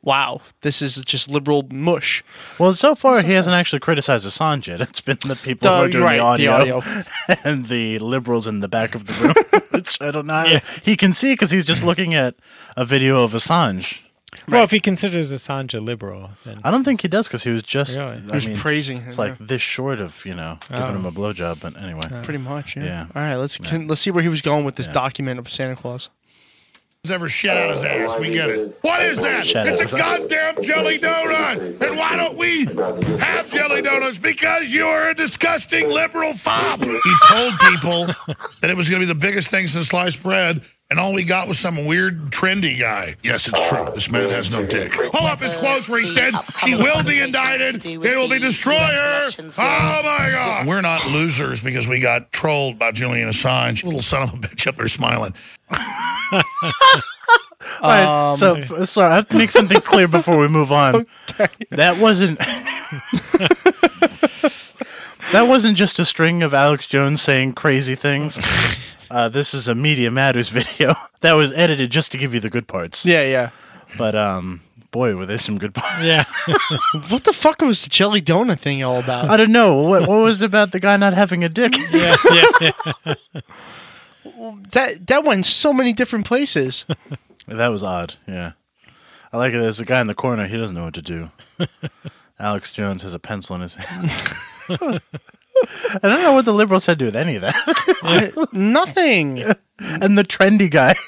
C: wow, this is just liberal mush.
E: Well, so far he hasn't actually criticized Assange yet. It's been the people who
C: The-
E: are doing
C: right,
E: the,
C: the
E: audio
C: audio.
E: and the liberals in the back of the room, which I don't know. He can see because he's just looking at a video of Assange.
D: Well, if he considers Assange a liberal, then
E: I don't think he does because he was just
D: Really? He
E: I
C: was
E: mean,
C: praising him,
E: It's like
C: yeah.
E: this short of you know giving
D: Oh.
E: him a blowjob, but anyway.
C: Pretty much, yeah.
E: Yeah.
C: All right, let's can, let's see where he was going with this document of Santa Claus.
F: ever shit out his ass. We get it. What is that?
E: Shut
F: It's a
E: up.
F: goddamn jelly donut. And why don't we have jelly donuts? Because you are a disgusting liberal fob. He told people that it was going to be the biggest thing since sliced bread. And all we got was some weird, trendy guy. Yes, it's true. This man has no dick. Pull up his quotes where he said she will be indicted. It will be destroy her. Oh my God. We're not losers because we got trolled by Julian Assange. Little son of a bitch up there smiling.
E: All right, so f- sorry, I have to make something clear before we move on. That wasn't that wasn't just a string of Alex Jones saying crazy things. Uh, this is a Media Matters video that was edited just to give you the good parts.
C: Yeah, yeah.
E: But um, boy, were there some good parts.
D: yeah,
C: What the fuck was the jelly donut thing all about?
E: I don't know what what was it about the guy not having a dick.
D: yeah, yeah, yeah.
C: that that went so many different places.
E: That was odd. Yeah, I like it. There's a guy in the corner. He doesn't know what to do. Alex Jones has a pencil in his hand. I don't know what the liberals had to do with any of that.
C: Nothing.
E: and the trendy guy.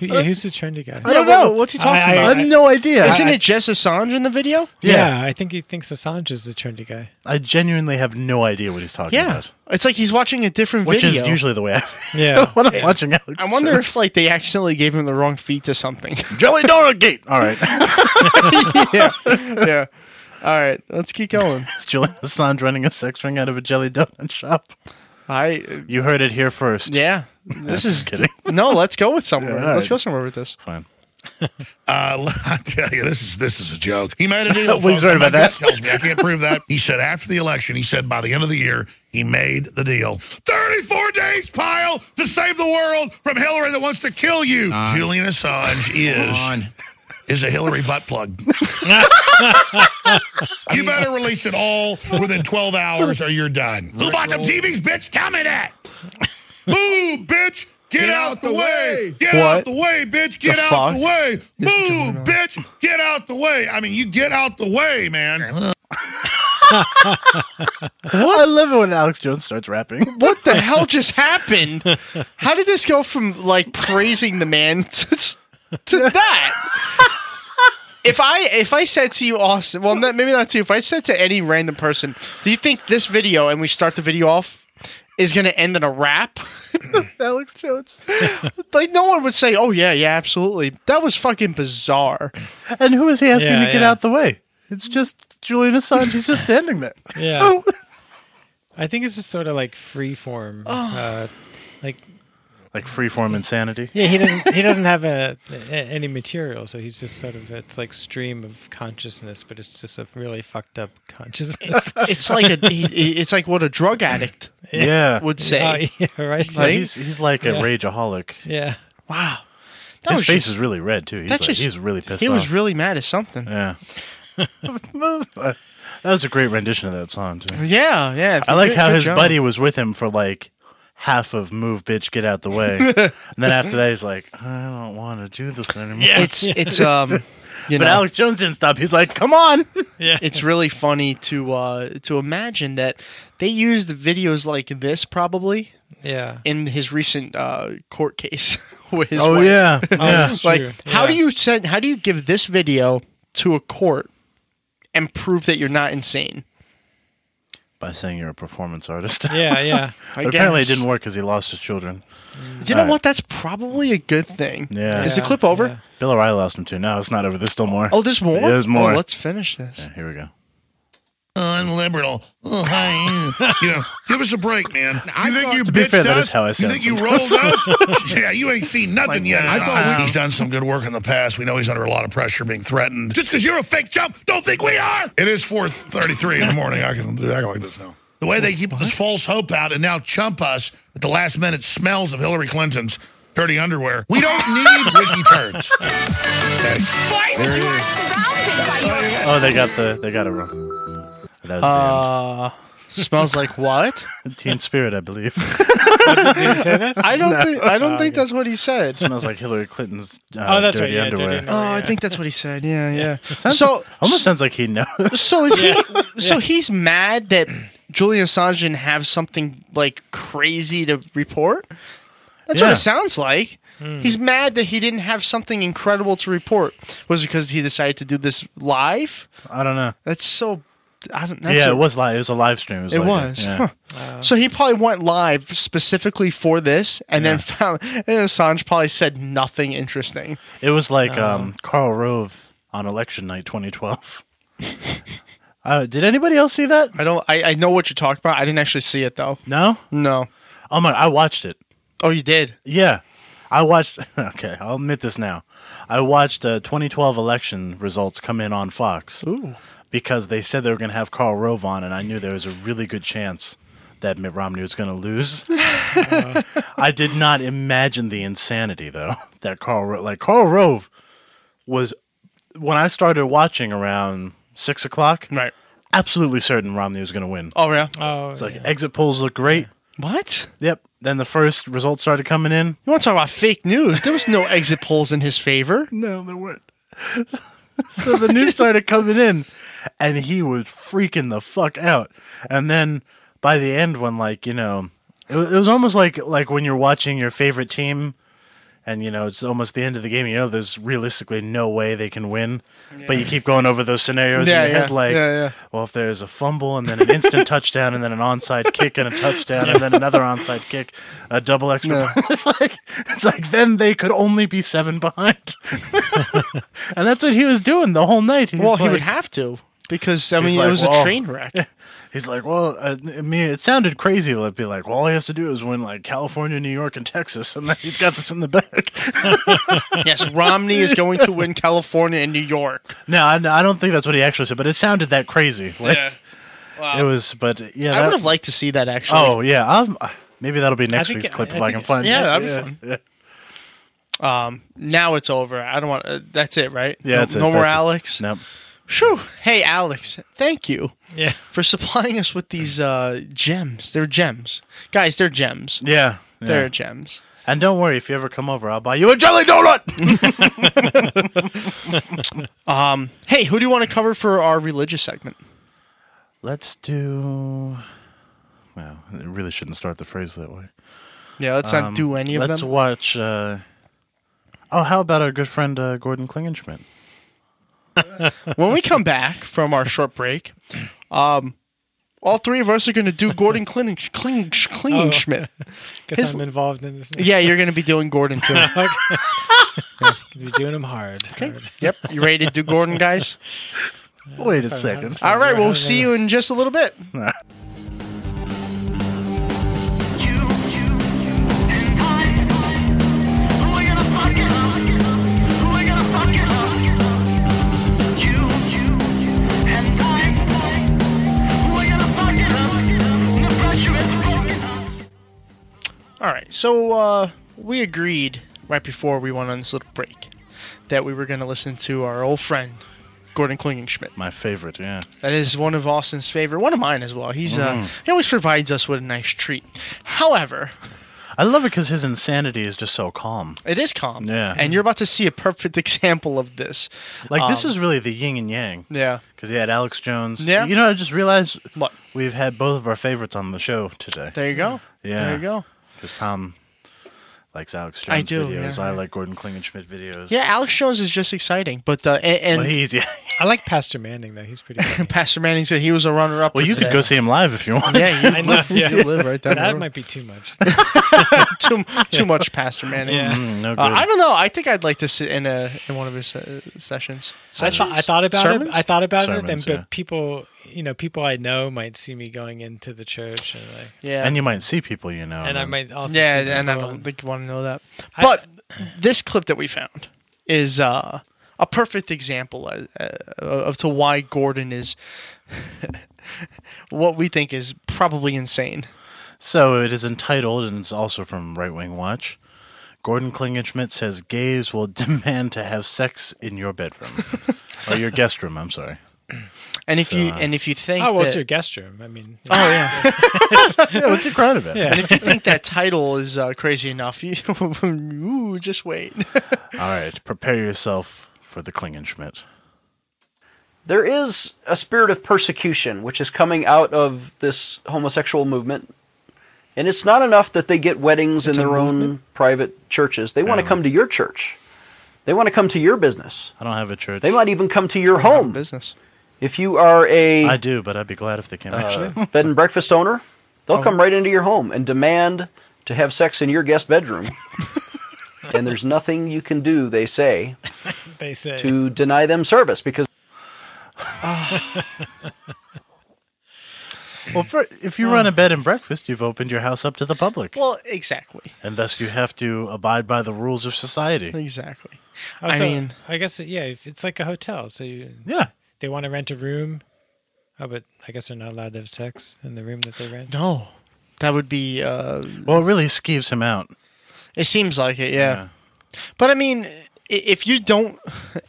D: Who- yeah, Who's the trendy guy?
C: I don't know. What's he talking
D: I-
E: I
C: about?
E: have no idea.
C: Isn't
E: I,
C: it Jess Assange in the video?
D: Yeah. I think he thinks Assange is the trendy guy.
E: I genuinely have no idea what he's talking about.
C: It's like he's watching a different
E: Which
C: video.
E: is usually the way I
D: Yeah.
E: when I'm watching Alex.
C: I wonder
E: Jones.
C: if like they accidentally gave him the wrong feet to something.
E: Jelly Donut Gate. All right,
C: yeah. All right, let's keep going.
E: it's Julian Assange running a sex ring out of a jelly donut shop.
C: I
E: You heard it here first.
C: yeah. This is no. Let's go with somewhere.
F: Yeah, all
C: Let's
F: right.
C: go somewhere with this.
E: Fine.
F: Uh, I tell you, this is this is a joke. He made a deal.
C: Well,
F: folks.
C: he's right
F: My
C: about that.
F: gut Tells me I can't prove that. He said after the election, he said by the end of the year, he made the deal. Thirty-four days, pile to save the world from Hillary that wants to kill you. Julian Assange is is a Hillary butt plug. you better release it all within twelve hours, or you're done. Who bought them TVs, bitch? Tell me that. Move, bitch. Get, out, the way. Get
C: What?
F: out the way, bitch. Get
C: The
F: out
C: fuck
F: the way.
C: is going
F: Move, bitch. Get out the way. I mean, you get out the way, man.
E: I love it when Alex Jones starts rapping.
C: What the hell just happened? How did this go from like praising the man to, to that? If I if I said to you, Austin, well, not, maybe not to you. If I said to any random person, do you think this video and we start the video off is going to end in a rap?
E: Alex Jones.
C: like no one would say, "Oh yeah, yeah, absolutely." That was fucking bizarre.
E: And who is he asking
C: Yeah,
E: to get
C: yeah.
E: out the way? It's just Julian Assange. He's just standing there.
D: Yeah.
E: Oh.
D: I think it's just sort of like free form. Uh, like
E: Like freeform insanity.
D: yeah, he doesn't he doesn't have a, a- any material, so he's just sort of it's like stream of consciousness, but it's just a really fucked up consciousness.
C: It's like a he- he- it's like what a drug addict
E: Yeah.
C: would say.
D: Oh, yeah, right.
E: Yeah, he's he's like a
D: Yeah.
E: rageaholic.
D: Yeah.
C: Wow,
E: His
C: was
E: face
C: just-
E: is really red too. He's
C: that
E: like,
C: just-
E: he's really pissed
C: He
E: off.
C: was really mad at something.
E: yeah. that was a great rendition of that song too.
C: Yeah, yeah.
E: I like
C: Good-
E: how
C: good
E: his
C: job.
E: buddy was with him for like half of move bitch get out the way. and then after that he's like, I don't want to do this anymore.
C: Yeah, it's it's um, you
E: but
C: know,
E: Alex Jones didn't stop. He's like, "Come on!"
D: Yeah.
C: it's really funny to uh to imagine that they used videos like this probably
D: Yeah.
C: in his recent uh court case with his
E: Oh,
C: wife.
E: yeah. Oh, that's
C: like
D: true.
C: how
D: Yeah.
C: do you send how do you give this video to a court and prove that you're not insane?
E: By saying you're a performance artist.
D: Yeah, yeah.
C: I
E: But apparently, it
C: guess.
E: didn't work because he lost his children.
C: You know what? That's probably a good thing.
E: Yeah.
C: Is the clip over?
D: Yeah.
E: Bill O'Reilly lost him too. No, it's not over. There's still more.
C: Oh, there's more.
E: Yeah, there's more.
C: Oh, let's finish this.
E: Yeah, here we go.
F: Unliberal. Oh, hi. you know, give us a break, man. You think you
E: to be
F: bitched
E: fair,
F: us?
E: that is how I
F: you
E: sound
F: think you rolled us? yeah, you ain't seen nothing yet. I thought he's done some good work in the past. We know he's under a lot of pressure, being threatened. Just because you're a fake chump, don't think we are. It is 4:33 in the morning. I can do act like this now. The way they keep this false hope out and now chump us at the last minute smells of Hillary Clinton's dirty underwear. We don't need wiki turds. Okay.
E: Oh, they got the they got it wrong. That was
C: Uh, smells like what?
E: the end. Teen Spirit, I believe.
D: Did he say that?
C: I don't think I don't think that's what he said.
E: It smells like Hillary Clinton's uh,
D: Oh, that's right.
E: dirty
D: Yeah, dirty
E: underwear.
C: Oh,
D: underwear.
C: I
D: yeah.
C: think that's what he said. Yeah, yeah.
E: Sounds-
C: So
E: almost sounds like he knows.
C: so is
D: Yeah.
C: he so he's mad that Julian Assange didn't have something like crazy to report? That's what
E: Yeah.
C: it sounds like. He's mad that he didn't have something incredible to report. Was it because he decided to do this live?
E: I don't know.
C: That's so I don't that's
E: yeah,
C: a-
E: it was live. It was a live stream. It was.
C: It
E: like-
C: was.
E: yeah.
C: Huh. So he probably went live specifically for this, and then found and Assange probably said nothing interesting.
E: It was like
C: Uh-huh.
E: um, Karl Rove on election night, 2012. uh, did anybody else see that?
C: I don't. I, I know what you're talking about. I didn't actually see it though.
E: No.
C: No.
E: Oh my! I watched it.
C: Oh, you did.
E: Yeah. I watched. Okay, I'll admit this now. I watched uh, 2012 election results come in on Fox because they said they were going to have Karl Rove on, and I knew there was a really good chance that Mitt Romney was going to lose. Uh, I did not imagine the insanity though that Karl Rove, like Karl Rove, was when I started watching around six o'clock.
C: Right.
E: Absolutely certain Romney was going to win.
C: Oh yeah.
D: Oh,
E: It's like exit polls look great.
C: What?
E: Yep. Then the first results started coming in.
C: You want to talk about fake news? There was no exit polls in his favor.
E: No, there weren't. so the news started coming in, and he was freaking the fuck out. And then by the end, when like you know, it was, it was almost like like when you're watching your favorite team, and you know it's almost the end of the game. You know, there's realistically no way they can win, but you keep going over those scenarios
C: Yeah,
E: in your
C: yeah,
E: head, like,
C: yeah, yeah.
E: well, if there's a fumble and then an instant touchdown and then an onside kick and a touchdown and then another onside kick, a double extra.
C: No.
E: point. It's like it's like then they could only be seven behind. And that's what he was doing the whole night. He's
C: well, he
E: like-
C: would have to. because I
E: He's
C: mean
E: like,
C: it was
E: "Well,"
C: a train wreck.
E: He's like, well, uh, I mean, it sounded crazy. Like, be like, well, all he has to do is win like California, New York, and Texas, and then he's got this in the bag.
C: yes, Romney is going to win California and New York.
E: No, I, I don't think that's what he actually said, but it sounded that crazy. Like,
C: Yeah. Wow.
E: It was, but yeah,
C: I
E: that-
C: would have liked to see that actually.
E: Oh yeah, um, maybe that'll be next
C: think-
E: week's clip
C: I
E: if I
C: think
E: can
C: it-
E: find.
C: yeah,
E: it.
C: that'd be fun. Um, now it's over. I don't want. Uh, that's it, right?
E: Yeah,
C: No,
E: that's it,
C: no more
E: that's it.
C: Alex.
E: Nope.
C: Whew. Hey, Alex. Thank you.
D: Oh, Yeah.
C: For supplying us with these uh, gems. They're gems, guys. They're gems.
E: Yeah, yeah.
C: They're gems.
E: And don't worry, if you ever come over, I'll buy you a jelly donut.
C: um, hey, who do you want to cover for our religious segment?
E: Let's do. Well, I really shouldn't start the phrase that way.
C: Yeah, let's not do any of
E: Um, let's
C: them.
E: watch. Uh... Oh, how about our good friend uh, Gordon Klingenschmidt?
C: when we come back from our short break, um, all three of us are going to do Gordon Kling Kling Klingschmidt.
D: Guess
C: His-
D: I'm involved in this. now.
C: yeah, you're going to be doing Gordon too.
D: Okay. Gonna be doing him hard. Hard.
C: Yep. You ready to do Gordon, guys?
E: Wait a second.
C: All right, we'll see you in just a little bit. All right, so uh, we agreed right before we went on this little break that we were going to listen to our old friend Gordon Klingenschmidt.
E: My favorite, yeah.
C: That is one of Austin's favorite, one of mine as well. He's uh,
E: Mhm.
C: he always provides us with a nice treat. However,
E: I love it because his insanity is just so calm.
C: it is calm.
E: Yeah.
C: and you're about to see a perfect example of this.
E: Like this
C: Um,
E: is really the yin and yang.
C: yeah.
E: Because he had Alex Jones.
C: Yeah.
E: You know, I just realized
C: what
E: we've had both of our favorites on the show today.
C: There you go.
E: Yeah.
C: There you go.
E: Because Tom likes Alex Jones
C: I do,
E: videos.
C: yeah,
E: I
C: right.
E: like Gordon Klingenschmidt videos.
C: Yeah, Alex Jones is just exciting, but uh, and, and
E: Well, he's yeah.
D: I like Pastor Manning though. He's pretty. Funny.
C: Pastor Manning said he was a runner up.
E: Well, you could go see him live if you want.
C: Yeah, you,
D: I know,
C: live,
D: yeah.
C: you live right down the
D: That
C: road.
D: might be too much.
C: too too much Pastor Manning.
D: Yeah.
E: Mm, no
C: Uh,
E: good.
C: I don't know. I think I'd like to sit in a in one of his uh, sessions.
D: I, thought,
C: Sessions?
D: I thought about
C: Sermons?
D: it. I thought about it, and
E: Sermons, yeah.
D: but people, you know, people I know might see me going into the church, and like,
C: yeah,
E: And you might see people you know.
D: and I might also,
C: yeah,
D: see
C: and I
D: people
C: don't
D: and-
C: think you want to know that. But this clip that we found is uh, a perfect example uh, uh, of to why Gordon is what we think is probably insane.
E: So it is entitled, and it's also from Right Wing Watch. Gordon Klingenschmidt says gays will demand to have sex in your bedroom or your guest room. I'm sorry.
C: And if you
E: So-
C: and if you think
D: oh, well, it's
C: that-
D: your guest room. I mean,
C: oh yeah.
E: Yeah, what's it crowded about?
C: And if you think that title is uh, crazy enough, you ooh, just wait.
E: All right, prepare yourself for the Klingenschmidt.
I: there is a spirit of persecution which is coming out of this homosexual movement. And it's not enough that they get weddings in their own private churches. They
F: Um.
I: want to come to your church. They want to come to your business.
E: I don't have a church.
I: They might even come to your home.
C: Business.
I: If you are a
E: I do, but I'd be glad if they came.
I: uh,
E: Actually,
I: bed and breakfast owner,
E: Oh.
I: they'll come right into your home and demand to have sex in your guest bedroom. and there's nothing you can do, they say,
D: they say
I: to deny them service because
E: well, for, if you run a bed and breakfast, you've opened your house up to the public,
C: Well, exactly,
E: and thus you have to abide by the rules of society.
C: exactly.
D: Oh,
C: I
D: so
C: mean,
D: I guess it- yeah, if it's like a hotel. So you,
E: Yeah.
D: they want to rent a room. Oh, but I guess they're not allowed to have sex in the room that they rent.
C: no, that would be. Uh,
E: Well, it really skeeves him out.
C: it seems like it, yeah. But I mean, i- if you don't,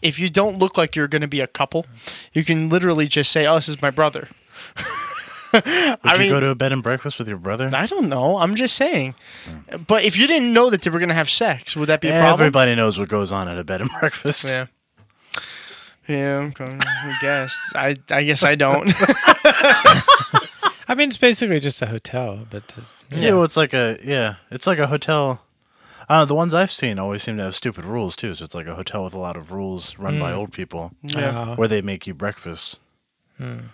C: if you don't look like you're going to be a couple, you can literally just say, "Oh, this is my brother."
E: Would
C: I
E: you
C: mean,
E: go to a bed and breakfast with your brother?
C: I don't know. I'm just saying. But if you didn't know that they were going to have sex, would that be a problem?
E: Everybody knows what goes on at a bed and breakfast.
C: Yeah. Yeah, okay. I guess. I I guess I don't.
D: I mean, it's basically just a hotel, but uh,
E: Yeah, well, it's like a yeah, it's like a hotel. I don't know. The ones I've seen always seem to have stupid rules too. So it's like a hotel with a lot of rules run by old people,
C: Mm. Yeah.
D: Uh-huh.
E: where they make you breakfast.
D: I,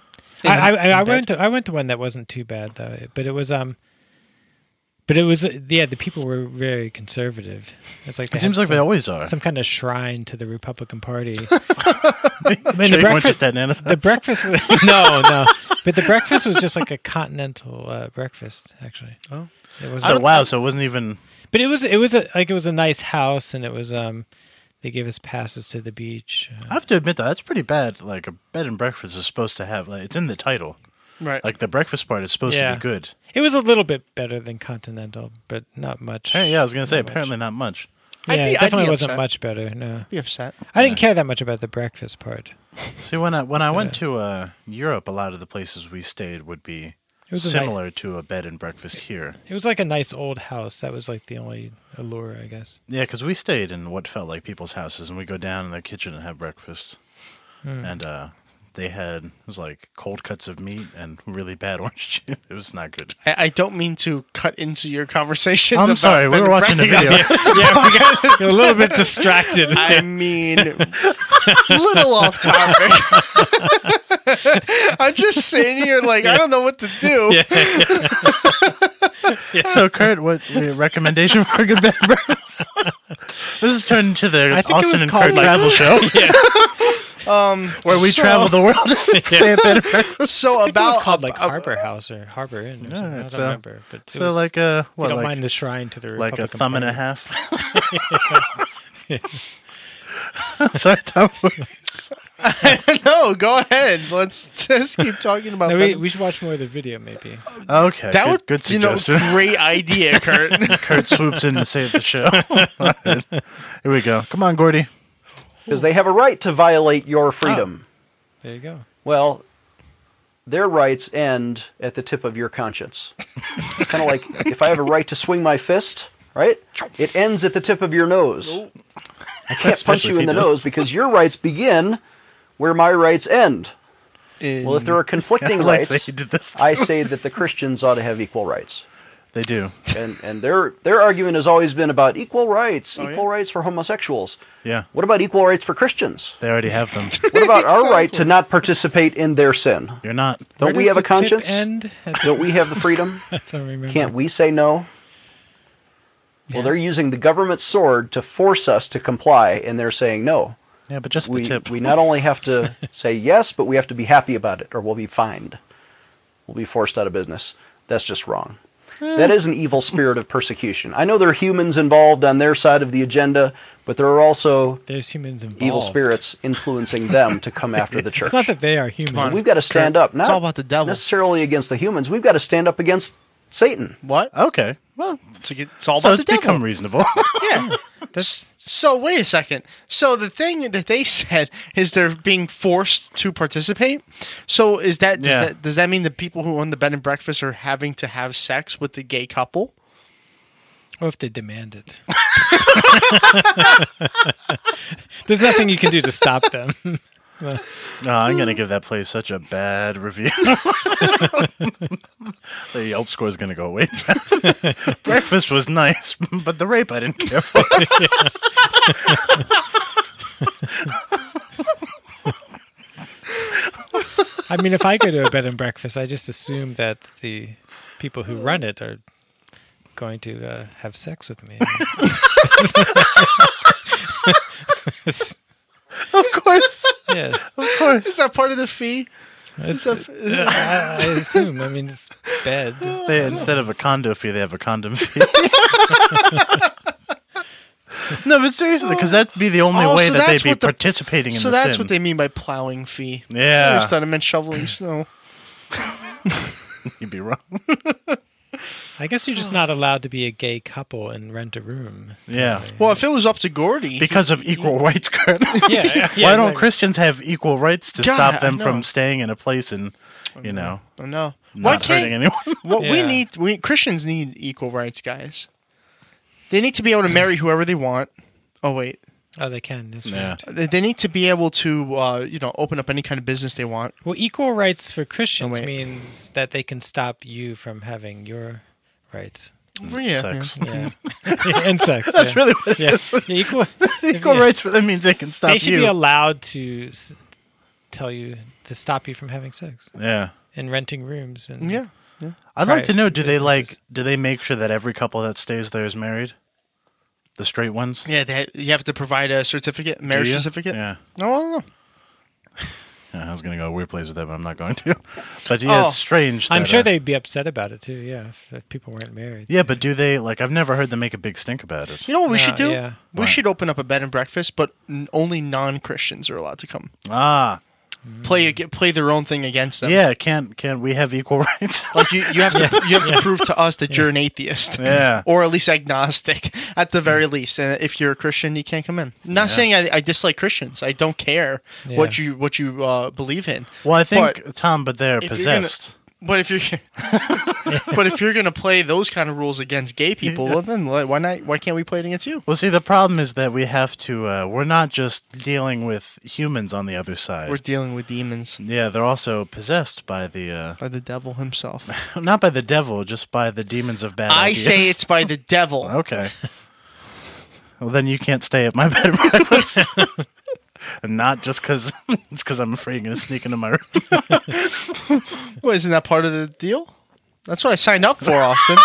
D: I, I went to I went to one that wasn't too bad though, but it was um, But it was yeah, the people were very conservative. It's like
E: It seems
D: had
E: like they
D: some-
E: always are.
D: Some kind of shrine to the Republican Party. I
E: Sure you weren't just at Nana's
D: the
E: house?
D: breakfast was, no, no. But the breakfast was just like a continental uh, breakfast actually.
E: Oh.
D: It was
E: So wow, so it wasn't even
D: But it was it was a, like it was a nice house and it was um they gave us passes to the beach.
E: I have to admit though, that's pretty bad. Like a bed and breakfast is supposed to have like it's in the title.
D: Right.
E: Like the breakfast part is supposed to be good.
D: It was a little bit better than continental, but not much.
E: Hey, yeah, I was gonna say
D: Not much.
E: apparently not much.
D: Yeah, it definitely wasn't much better. No,
C: be upset.
D: I didn't care that much about the breakfast part.
E: See when I when I went to uh, Europe, a lot of the places we stayed would be
D: It was a night-
E: similar to a bed and breakfast here.
D: It was like a nice old house. That was like the only allure, I guess.
E: Yeah, because we stayed in what felt like people's houses, and we go down in their kitchen and have breakfast.
D: Hmm.
E: And uh, they had it was like cold cuts of meat and really bad orange juice. It was not good.
C: I, I don't mean to cut into your conversation.
E: I'm
C: about
E: sorry, we
C: Ben
E: were
C: and
E: watching a
C: Brad.
E: video.
C: yeah, yeah, we got
D: a little bit distracted.
C: I mean, little off topic. I'm just sitting here like I don't know what to do.
E: So, Kurt, what your recommendation for a good bed and breakfast? this has turned into the
C: I think it was
E: Austin and
C: called,
E: Kurt
C: like-
E: travel show.
C: Yeah. um,
E: Where we travel the world and stay at bed and breakfast.
D: I
C: So
D: think it was
C: about
D: called like Harbor House or Harbor Inn. Or something. I don't
E: so-
D: remember. But it
E: uh, so
D: was-
E: like a-
D: if you
E: what,
D: don't
E: like-
D: mind the shrine to the
E: like a
D: Republican
E: thumb and a
D: Party.
E: half?
D: Yeah.
E: Sorry, Tom.
C: no, go ahead. Let's just keep talking about.
D: No,
C: Ben
D: we, we should watch more of the video, maybe.
E: Okay,
C: That
E: good,
C: would-
E: good
C: you know,
E: suggestion.
C: great idea, Kurt.
E: Kurt swoops in to save the show. Here we go. Come on, Gordy.
I: Because they have a right to violate
E: Oh.
I: your freedom.
D: There you go.
I: Well, their rights end at the tip of your conscience. kind of like if I have a right to swing my fist, right? It ends at the tip of your nose. I can't punch
E: Especially if
I: you in
E: he
I: the
E: does.
I: nose because your rights begin where my rights end. well, if there are conflicting
E: I like that
I: rights,
E: he did this
I: I
E: too.
I: say that the Christians ought to have equal rights.
E: They do.
I: And and their their argument has always been about equal rights, equal rights for homosexuals.
E: Yeah,
I: What about equal rights for Christians?
E: they already have them.
I: What about our right to not participate in their sin?
E: You're not.
I: Don't we have a conscience?
D: End?
I: Don't we have the freedom?
D: I don't remember.
I: Can't we say no? Well, they're using the government sword to force us to comply, and they're saying no.
E: Yeah, but just the
I: we,
E: tip.
I: We not only have to say yes, but we have to be happy about it, or we'll be fined. We'll be forced out of business. That's just wrong. That is an evil spirit of persecution. I know there are humans involved on their side of the agenda, but there are also
D: There's humans involved.
I: evil spirits influencing them to come after the church.
D: It's not that they are humans.
I: We've got to stand up. Not
C: all about the devil.
I: necessarily against the humans. We've got to stand up against Satan.
C: What?
E: Okay.
C: Well, it's, like- it's all
E: so
C: about
E: it's
C: the devil.
E: become reasonable. Oh,
C: yeah. so wait a second. So the thing that they said is they're being forced to participate. So is that does,
E: Yeah.
C: that does that mean the people who own the bed and breakfast are having to have sex with the gay couple?
D: Or if they demand it. There's nothing you can do to stop them.
E: No, I'm gonna give that play such a bad review. the Yelp score is gonna go way down. Breakfast was nice, but the rape I didn't care for.
D: I mean, if I go to a bed and breakfast, I just assume that the people who run it are going to uh, have sex with me.
C: Of course.
D: yeah,
C: Of course. Is that part of the fee?
D: it's, uh,
C: Is that-
D: I, I assume. I mean, it's bed.
E: They, instead of a condo fee, they have a condom fee. no, but seriously, because that'd be the only
C: Oh,
E: way
C: so
E: that
C: that's
E: they'd be
C: what the-
E: participating in
C: so
E: the
C: that's
E: sin.
C: what they mean by plowing fee. I
E: Yeah.
C: always thought it meant shoveling snow.
E: You'd be wrong.
D: I guess you're just not allowed to be a gay couple and rent a room.
E: Yeah.
C: Well, if it was up to Gordy,
E: Because of equal rights, Kurt.
D: Yeah, yeah,
E: Why don't
D: exactly.
E: Christians have equal rights to
C: God, I
E: stop them
C: know.
E: from staying in a place and, you know,
C: I know. Oh, Why
E: not
C: can't
E: hurting anyone?
C: What we
D: Yeah.
C: need, we Christians need equal rights, guys. They need to be able to marry whoever they want. Oh wait,
D: Oh, they can. That's
E: Yeah.
D: right.
C: they they need to be able to, uh, you know, open up any kind of business they want.
D: Well, equal rights for
E: Oh,
D: Christians
C: wait.
D: means that they can stop you from having your rights.
C: yeah,
E: Sex.
C: yeah.
D: Yeah. and sex.
E: That's
D: Mm, yeah.
E: really what it
D: Yeah.
E: is.
D: Yeah, equal,
E: Equal
D: yeah.
E: rights for that means they can stop
D: They should
E: you.
D: be allowed to s- tell you to stop you from having sex
E: yeah.
D: and renting rooms and
C: Yeah.
E: I'd like
D: Right.
E: to know do they like do they make sure that every couple that stays there is married? The straight ones?
C: Yeah, they, you have to provide a certificate, marriage
E: you?
C: certificate.
E: Yeah.
C: No, I don't know.
E: Yeah, I was going to go a weird place with that, but I'm not going to. But
C: Oh,
E: yeah, it's strange.
D: I'm
E: that,
D: sure
E: uh,
D: they'd be upset about it too. Yeah, if, if people weren't married.
E: Yeah, but do they like I've never heard them make a big stink about it.
C: You know what we
D: No,
C: should do?
D: yeah.
C: We
E: What?
C: should open up a bed and breakfast, but n- only non Christians are allowed to come.
E: Ah.
D: Mm.
C: Play ag- play their own thing against them.
E: Yeah, can't can't we have equal rights?
C: Like you, you have to you have to prove to us that you're an atheist.
E: Yeah.
C: Or at least agnostic at the very least. And if you're a Christian, you can't come in. not saying I, I dislike Christians. I don't care what
E: Yeah.
C: you what you uh, believe in.
E: Well, I think
C: But
E: Tom, but they're
C: if you're gonna-
E: possessed.
C: but if you're but if you're gonna play those kind of rules against gay people, well, then why why not? Why can't we play it against you?
E: Well, see, the problem is that we have to. Uh, we're not just dealing with humans on the other side.
C: We're dealing with demons.
E: Yeah, they're also possessed by the uh,
C: by the devil himself.
E: not by the devil, just by the demons of bad.
C: I
E: ideas.
C: say it's by the devil.
E: okay. Well, then you can't stay at my bed and breakfast. And not just because it's because I'm afraid you're gonna sneak into my room.
C: Well, isn't that part of the deal? That's what I signed up for, Austin.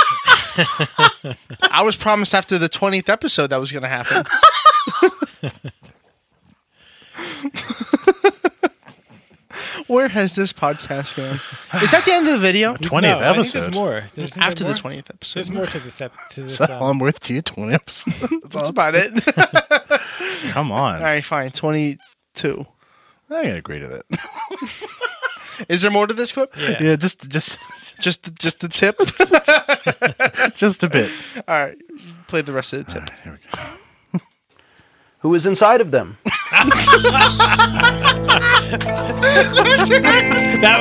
C: I was promised after the 20th episode that was going to happen. Where has this podcast gone? Is that the end of the video?
E: 20th
D: No, I think there's
E: episode.
D: more. There's, isn't
C: after
D: there
C: the
D: more?
C: 20th episode.
D: There's more to this. Ep- to
E: Is
D: this.
E: that
D: um,
E: all I'm worth to you? Twenty episodes.
C: That's about it.
E: Come on,
C: All right, fine. 22.
E: I can agree to that.
C: Is there more to this clip?
E: Yeah, just just
C: Just just the tip.
E: just a bit.
C: All right. Play the rest of the tip.
I: Who is inside of them?
D: that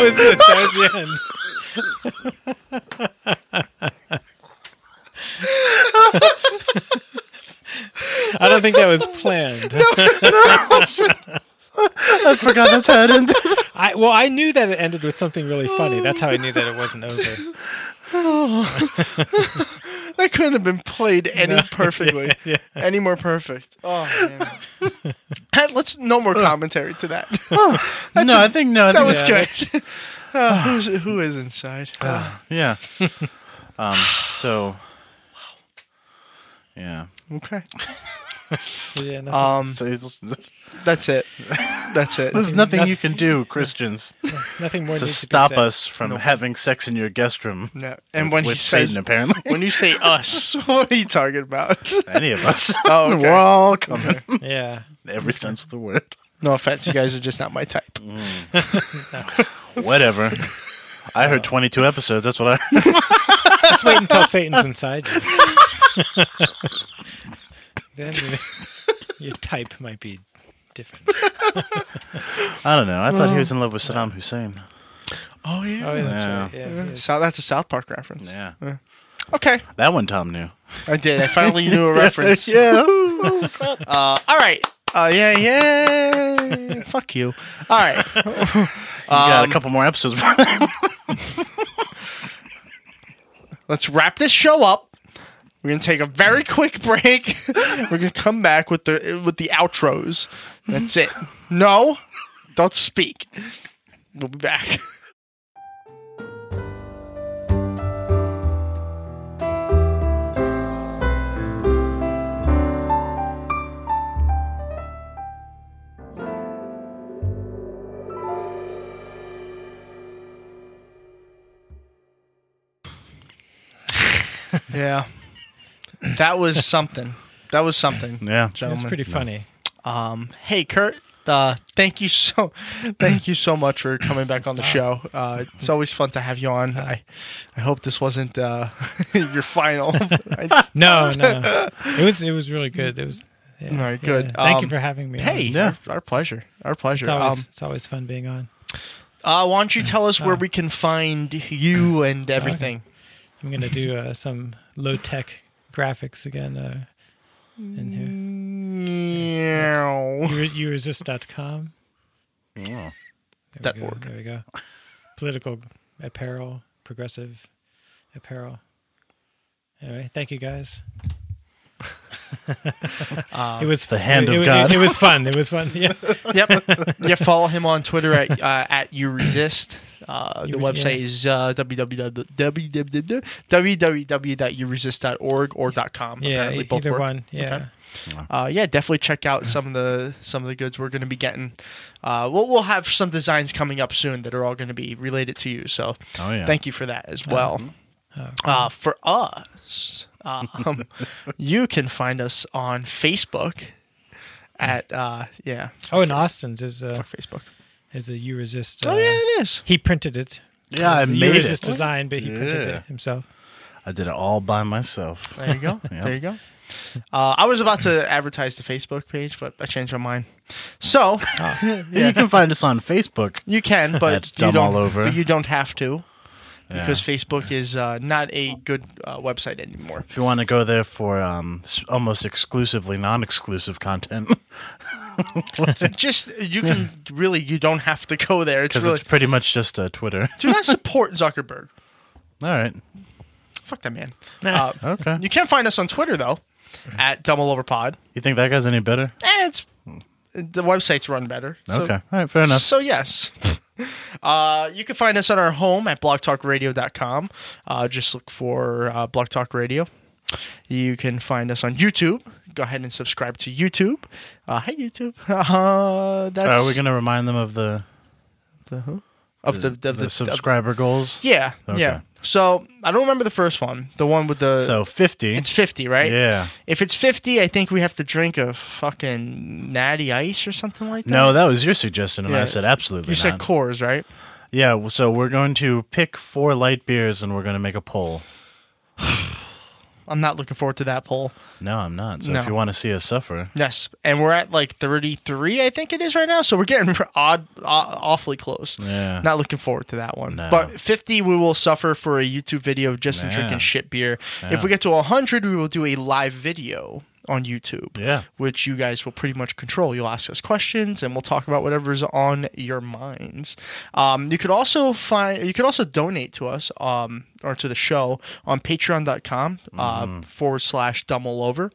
D: was it. That was the end. I don't think that was planned.
E: I forgot that's how it ended.
D: I well, I knew that it ended with something really funny. That's how I knew that it wasn't over.
C: that couldn't have been played any
D: No.
C: perfectly,
D: Yeah,
C: any more perfect. Oh man! Hey, Let's no more commentary to that. That's
E: no,
C: a-
E: I think no. I
C: that
E: think
C: was
E: that's-
C: good. Uh, who's, who is inside?
E: Ah, yeah. um. So. Yeah.
C: okay.
D: yeah nothing.
C: Um,
E: So it's- it's-
C: that's it. That's it.
E: There's nothing you can do, Christians,
D: nothing more
E: to
D: needs to be
E: stop
D: said.
E: us from
D: Nope.
E: having sex in your guest room.
C: No. And
E: with-
C: when he
E: with
C: says-
E: Satan, apparently,
C: When you say us, what are you talking about?
E: any of us,
C: Oh, okay.
E: we're all coming.
D: Yeah.
E: in Every sense of the word.
C: No offense, you guys are just not my type.
E: Whatever. I heard 22 episodes. That's what I. Heard.
D: Just wait until Satan's inside you. then your, your type might be different.
E: I don't know. I thought he was in love with Saddam Hussein.
C: Oh yeah.
D: Oh,
E: Yeah.
D: yeah, that's right. Yeah, he is.
C: So that's a South Park reference.
E: Yeah.
C: Okay,
E: That one Tom knew.
C: I did. I finally knew a reference.
E: yeah.
C: Uh, all right. Uh, yeah, yeah. Fuck you. All right.
E: You got
C: Um,
E: a couple more episodes.
C: let's wrap this show up. We're gonna take a very quick break. We're gonna come back with the with the outros. That's it. No, don't speak. We'll be back. Yeah, that was something. That was something.
E: Yeah.
D: It's
C: gentlemen.
D: pretty funny.
C: Um, hey, Kurt. Uh, thank you so, thank you so much for coming back on the show. Uh, it's always fun to have you on. I, I hope this wasn't uh, your final. I-
D: No, no. It was it was really good. It was yeah,
C: All right,
D: yeah.
C: good.
D: Thank you
C: Um,
D: for having me.
C: Hey,
D: on.
C: our, our pleasure. Our pleasure.
D: It's always,
C: um,
D: it's always fun being on.
C: uh, why don't you tell us where we can find you and everything?
D: I'm gonna do uh, some low tech graphics again uh, in here.
C: Meow.
D: You- You resist.com.
E: Oh.
D: There we
C: Dot
D: go,
C: org.
D: There we go. Political apparel, progressive apparel. Anyway, thank you guys.
C: Um,
D: it was
E: the hand
D: it-
E: of
D: it-
E: God.
D: It, was fun. It was fun. Yeah.
C: yep. Yeah, follow him on Twitter at uh, at you resist. Uh,
D: You
C: the
D: re-
C: website
D: yeah.
C: is uh, www.youresist.org or .com.
D: Yeah,
C: apparently
D: e-
C: both
D: either
C: work.
D: one, yeah.
C: Uh, yeah, definitely check out some of the some of the goods we're going to be getting. Uh, we'll we'll have some designs coming up soon that are all going to be related to you. So,
E: Oh, yeah.
C: thank you for that as well.
D: Oh,
C: Uh, for us, uh, um, you can find us on Facebook at uh, yeah.
D: Oh, and Austin's is uh,
C: Facebook.
D: Is a you resist?
C: Oh,
D: uh,
C: yeah, it is.
D: He printed it.
E: Yeah, I
D: It's a
E: made
D: you
E: it.
D: resist design, but he printed
E: Yeah.
D: it himself.
E: I did it all by myself.
C: There you go.
E: Yeah.
C: There you go. Uh, I was about to advertise the Facebook page, but I changed my mind. So
E: You can find us on Facebook.
C: You can, but
E: That's
C: you
E: dumb
C: don't.
E: all over.
C: But you don't have to,
E: Yeah.
C: because Facebook is uh, not a good uh, website anymore.
E: If you want to go there for um, s- almost exclusively non-exclusive content,
C: Just you can really you don't have to go there. It's
E: because
C: really
E: it's pretty much just uh, Twitter.
C: do not support Zuckerberg.
E: All right.
C: Fuck that man. Uh,
E: Okay.
C: You can find us on Twitter though, at Double Over Pod.
E: You think that guy's any better?
C: Eh, it's the websites run better. so-
E: Okay. All right. Fair enough.
C: So yes. Uh, you can find us on our home at blogtalkradio.com. Uh, just look for uh, Blog Talk Radio. You can find us on YouTube. Go ahead and subscribe to YouTube. Uh, hey, YouTube. Uh, that's
E: Are we going to remind them of the
C: the who? Of the- the- the-
E: subscriber goals?
C: Yeah,
E: Okay.
C: yeah. So I don't remember the first one, the one with the.
E: So 50.
C: It's fifty, right?
E: Yeah.
C: If it's fifty, I think we have to drink a fucking natty ice or something like that.
E: No, that was your suggestion, and
C: Yeah.
E: I said absolutely
C: You said
E: not.
C: Coors, right?
E: yeah. well, So we're going to pick four light beers, and we're going to make a poll.
C: I'm not looking forward to that poll.
E: No, I'm not. So
C: No.
E: if you want to see us suffer,
C: Yes, and we're at like 33, I think it is right now. So we're getting odd, aw- awfully close.
E: Yeah.
C: Not looking forward to that one.
E: No.
C: But 50, we will suffer for a YouTube video of Justin
E: Yeah.
C: drinking shit beer.
E: Yeah.
C: If we get to 100, we will do a live video on YouTube.
E: Yeah.
C: Which you guys will pretty much control. You'll ask us questions, and we'll talk about whatever's on your minds. Um, you could also find, you could also donate to us um, or to the show on Patreon.com uh, forward slash dumb all over.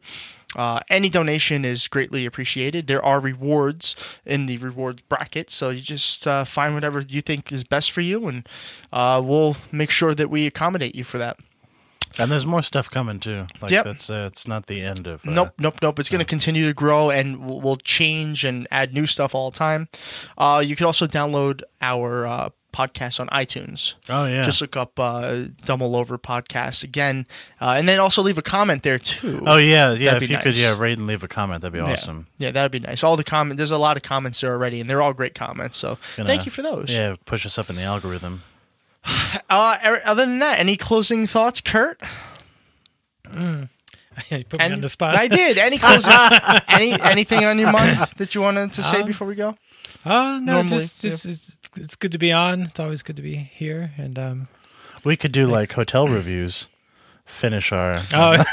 C: Uh, any donation is greatly appreciated. There are rewards in the rewards bracket, so you just uh, find whatever you think is best for you, and uh, we'll make sure that we accommodate you for that.
E: and there's more stuff coming too. Like
C: Yep.
E: that's uh, it's not the end of. Uh,
C: Nope, nope, nope. It's going to continue to grow, and we'll, we'll change and add new stuff all the time. Uh, you can also download our uh, podcast on iTunes.
E: Oh, yeah.
C: just look up uh, "Dumb All Over" podcast again, uh, and then also leave a comment there too.
E: Oh yeah, yeah.
C: That'd
E: If
C: be
E: you could,
C: nice.
E: yeah, rate and leave a comment, that'd be
C: Yeah.
E: awesome.
C: Yeah, that would be nice. All the comment, there's a lot of comments there already, and they're all great comments. So
E: Gonna-
C: thank you for those.
E: Yeah, push us up in the algorithm.
C: Uh, er- other than that, any closing thoughts, Kurt?
D: he put me on the spot.
C: I did. Any closing? any anything on your mind that you wanted to
E: Um,
C: say before we go?
D: Oh no,
C: Normally,
D: just, just it's, it's good to be on. It's always good to be here. And um,
E: We could do like hotel reviews. Finish our.
D: oh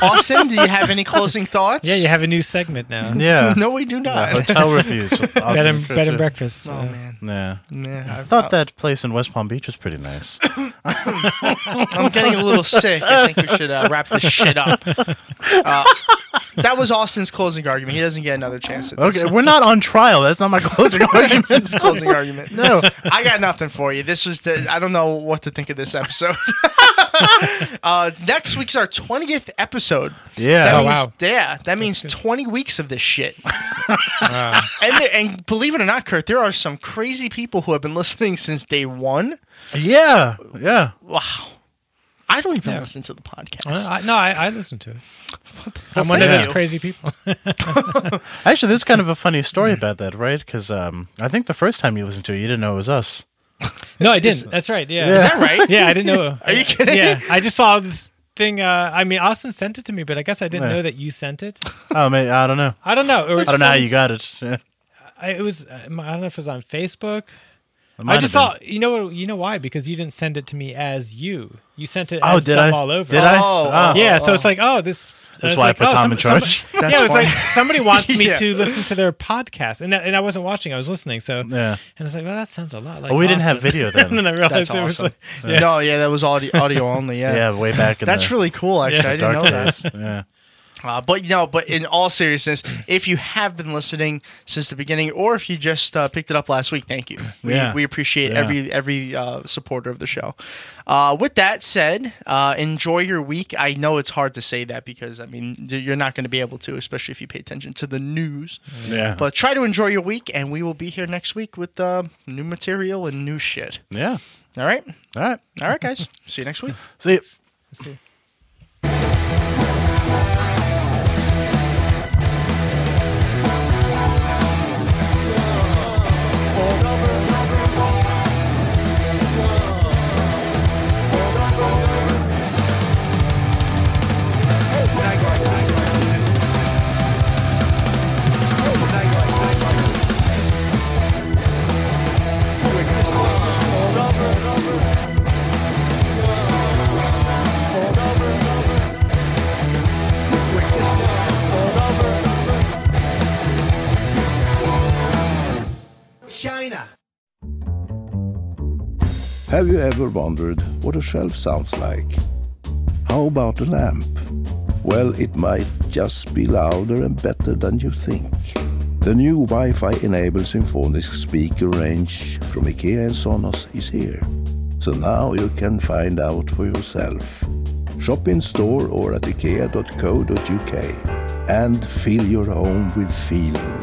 C: Austin, do you have any closing thoughts?
D: yeah, you have a new segment now.
E: yeah.
C: No, we do not.
E: Yeah, hotel reviews. with
D: bed
E: Austin
D: and, bed and
E: Kutcher.
D: breakfast.
C: Oh
D: uh,
C: man.
E: Yeah.
C: Yeah,
E: I
C: I've-
E: thought that place in West Palm Beach was pretty nice.
C: I'm getting a little sick. I think we should uh, wrap this shit up. Uh, that was Austin's closing argument. He doesn't get another chance at this.
E: Okay, we're not on trial. That's not my closing argument.
C: That's his closing argument.
E: No.
C: I got nothing for you. This was the, I don't know what to think of this episode. uh, next week's our 20th episode.
E: Yeah.
C: That
E: Oh,
C: means,
D: wow.
C: Yeah, that means 20 weeks of this shit. and there, and believe it or not, Kurt, there are some crazy people who have been listening since day one.
E: Yeah, yeah.
C: Wow. I don't even listen to the podcast.
D: Well, I, no, I, I listen to it. I'm
C: Well,
D: one of
C: thank
D: those
C: you.
D: crazy people.
E: Actually, there's kind of a funny story about that, right? Because um, I think the first time you listened to it, you didn't know it was us.
D: no, I didn't. That's right. Yeah.
E: Is
C: that right?
D: Yeah, I didn't know.
C: Are you kidding?
D: Yeah, I just saw this thing. Uh, I mean, Austin sent it to me, but I guess I didn't
E: Yeah.
D: know that you sent it.
E: Oh, man, I don't know.
D: I don't know. Or
E: I don't know how you got it. Yeah.
D: I, it was. uh, I don't know if it was on Facebook.
E: It might
D: I
E: have
D: just
E: been.
D: saw. You know what? You know why? Because you didn't send it to me as you. You sent it.
E: Oh,
D: as
E: did
D: dumb
E: I?
D: all over.
E: Did I?
C: Oh,
E: Oh.
D: Yeah, so it's like, oh, this.
E: That's
D: it's
E: why I
D: like,
E: put
D: oh,
E: Tom
D: some-
E: in charge.
D: somebody- yeah, it was
C: funny.
D: like somebody wants me
C: Yeah.
D: to listen to their podcast, and that, and I wasn't watching; I was listening. So
E: Yeah.
D: and I was like, well, that sounds a lot like.
E: Oh, we didn't have
D: Austin.
E: video then.
D: and then I realized
C: That's
D: it was
C: awesome.
D: like, yeah.
C: No, yeah, that was audio, audio only. Yeah.
E: Yeah, way back in
C: That's
E: the
C: really cool, actually. I didn't
E: dark
C: know that.
E: days. Yeah.
C: Uh, but no, but in all seriousness, if you have been listening since the beginning, or if you just uh, picked it up last week, thank you. We,
E: Yeah.
C: we appreciate
E: Yeah.
C: every every uh, supporter of the show. Uh, with that said, uh, enjoy your week. I know it's hard to say that because I mean d- you're not going to be able to, especially if you pay attention to the news.
E: Yeah.
C: But try to enjoy your week, and we will be here next week with uh, new material and new shit.
E: Yeah.
C: All right.
E: All right.
C: All right, guys. See you next week.
E: See you.
D: See.
J: China.
F: Have you ever wondered what a shelf sounds like? How about a lamp? Well, it might just be louder and better than you think. The new Wi Fi enabled symphonic speaker range from IKEA and Sonos is here. So now you can find out for yourself. Shop in store or at ikea.co.uk and fill your home with feeling.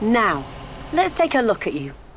K: Now, let's take a look at you.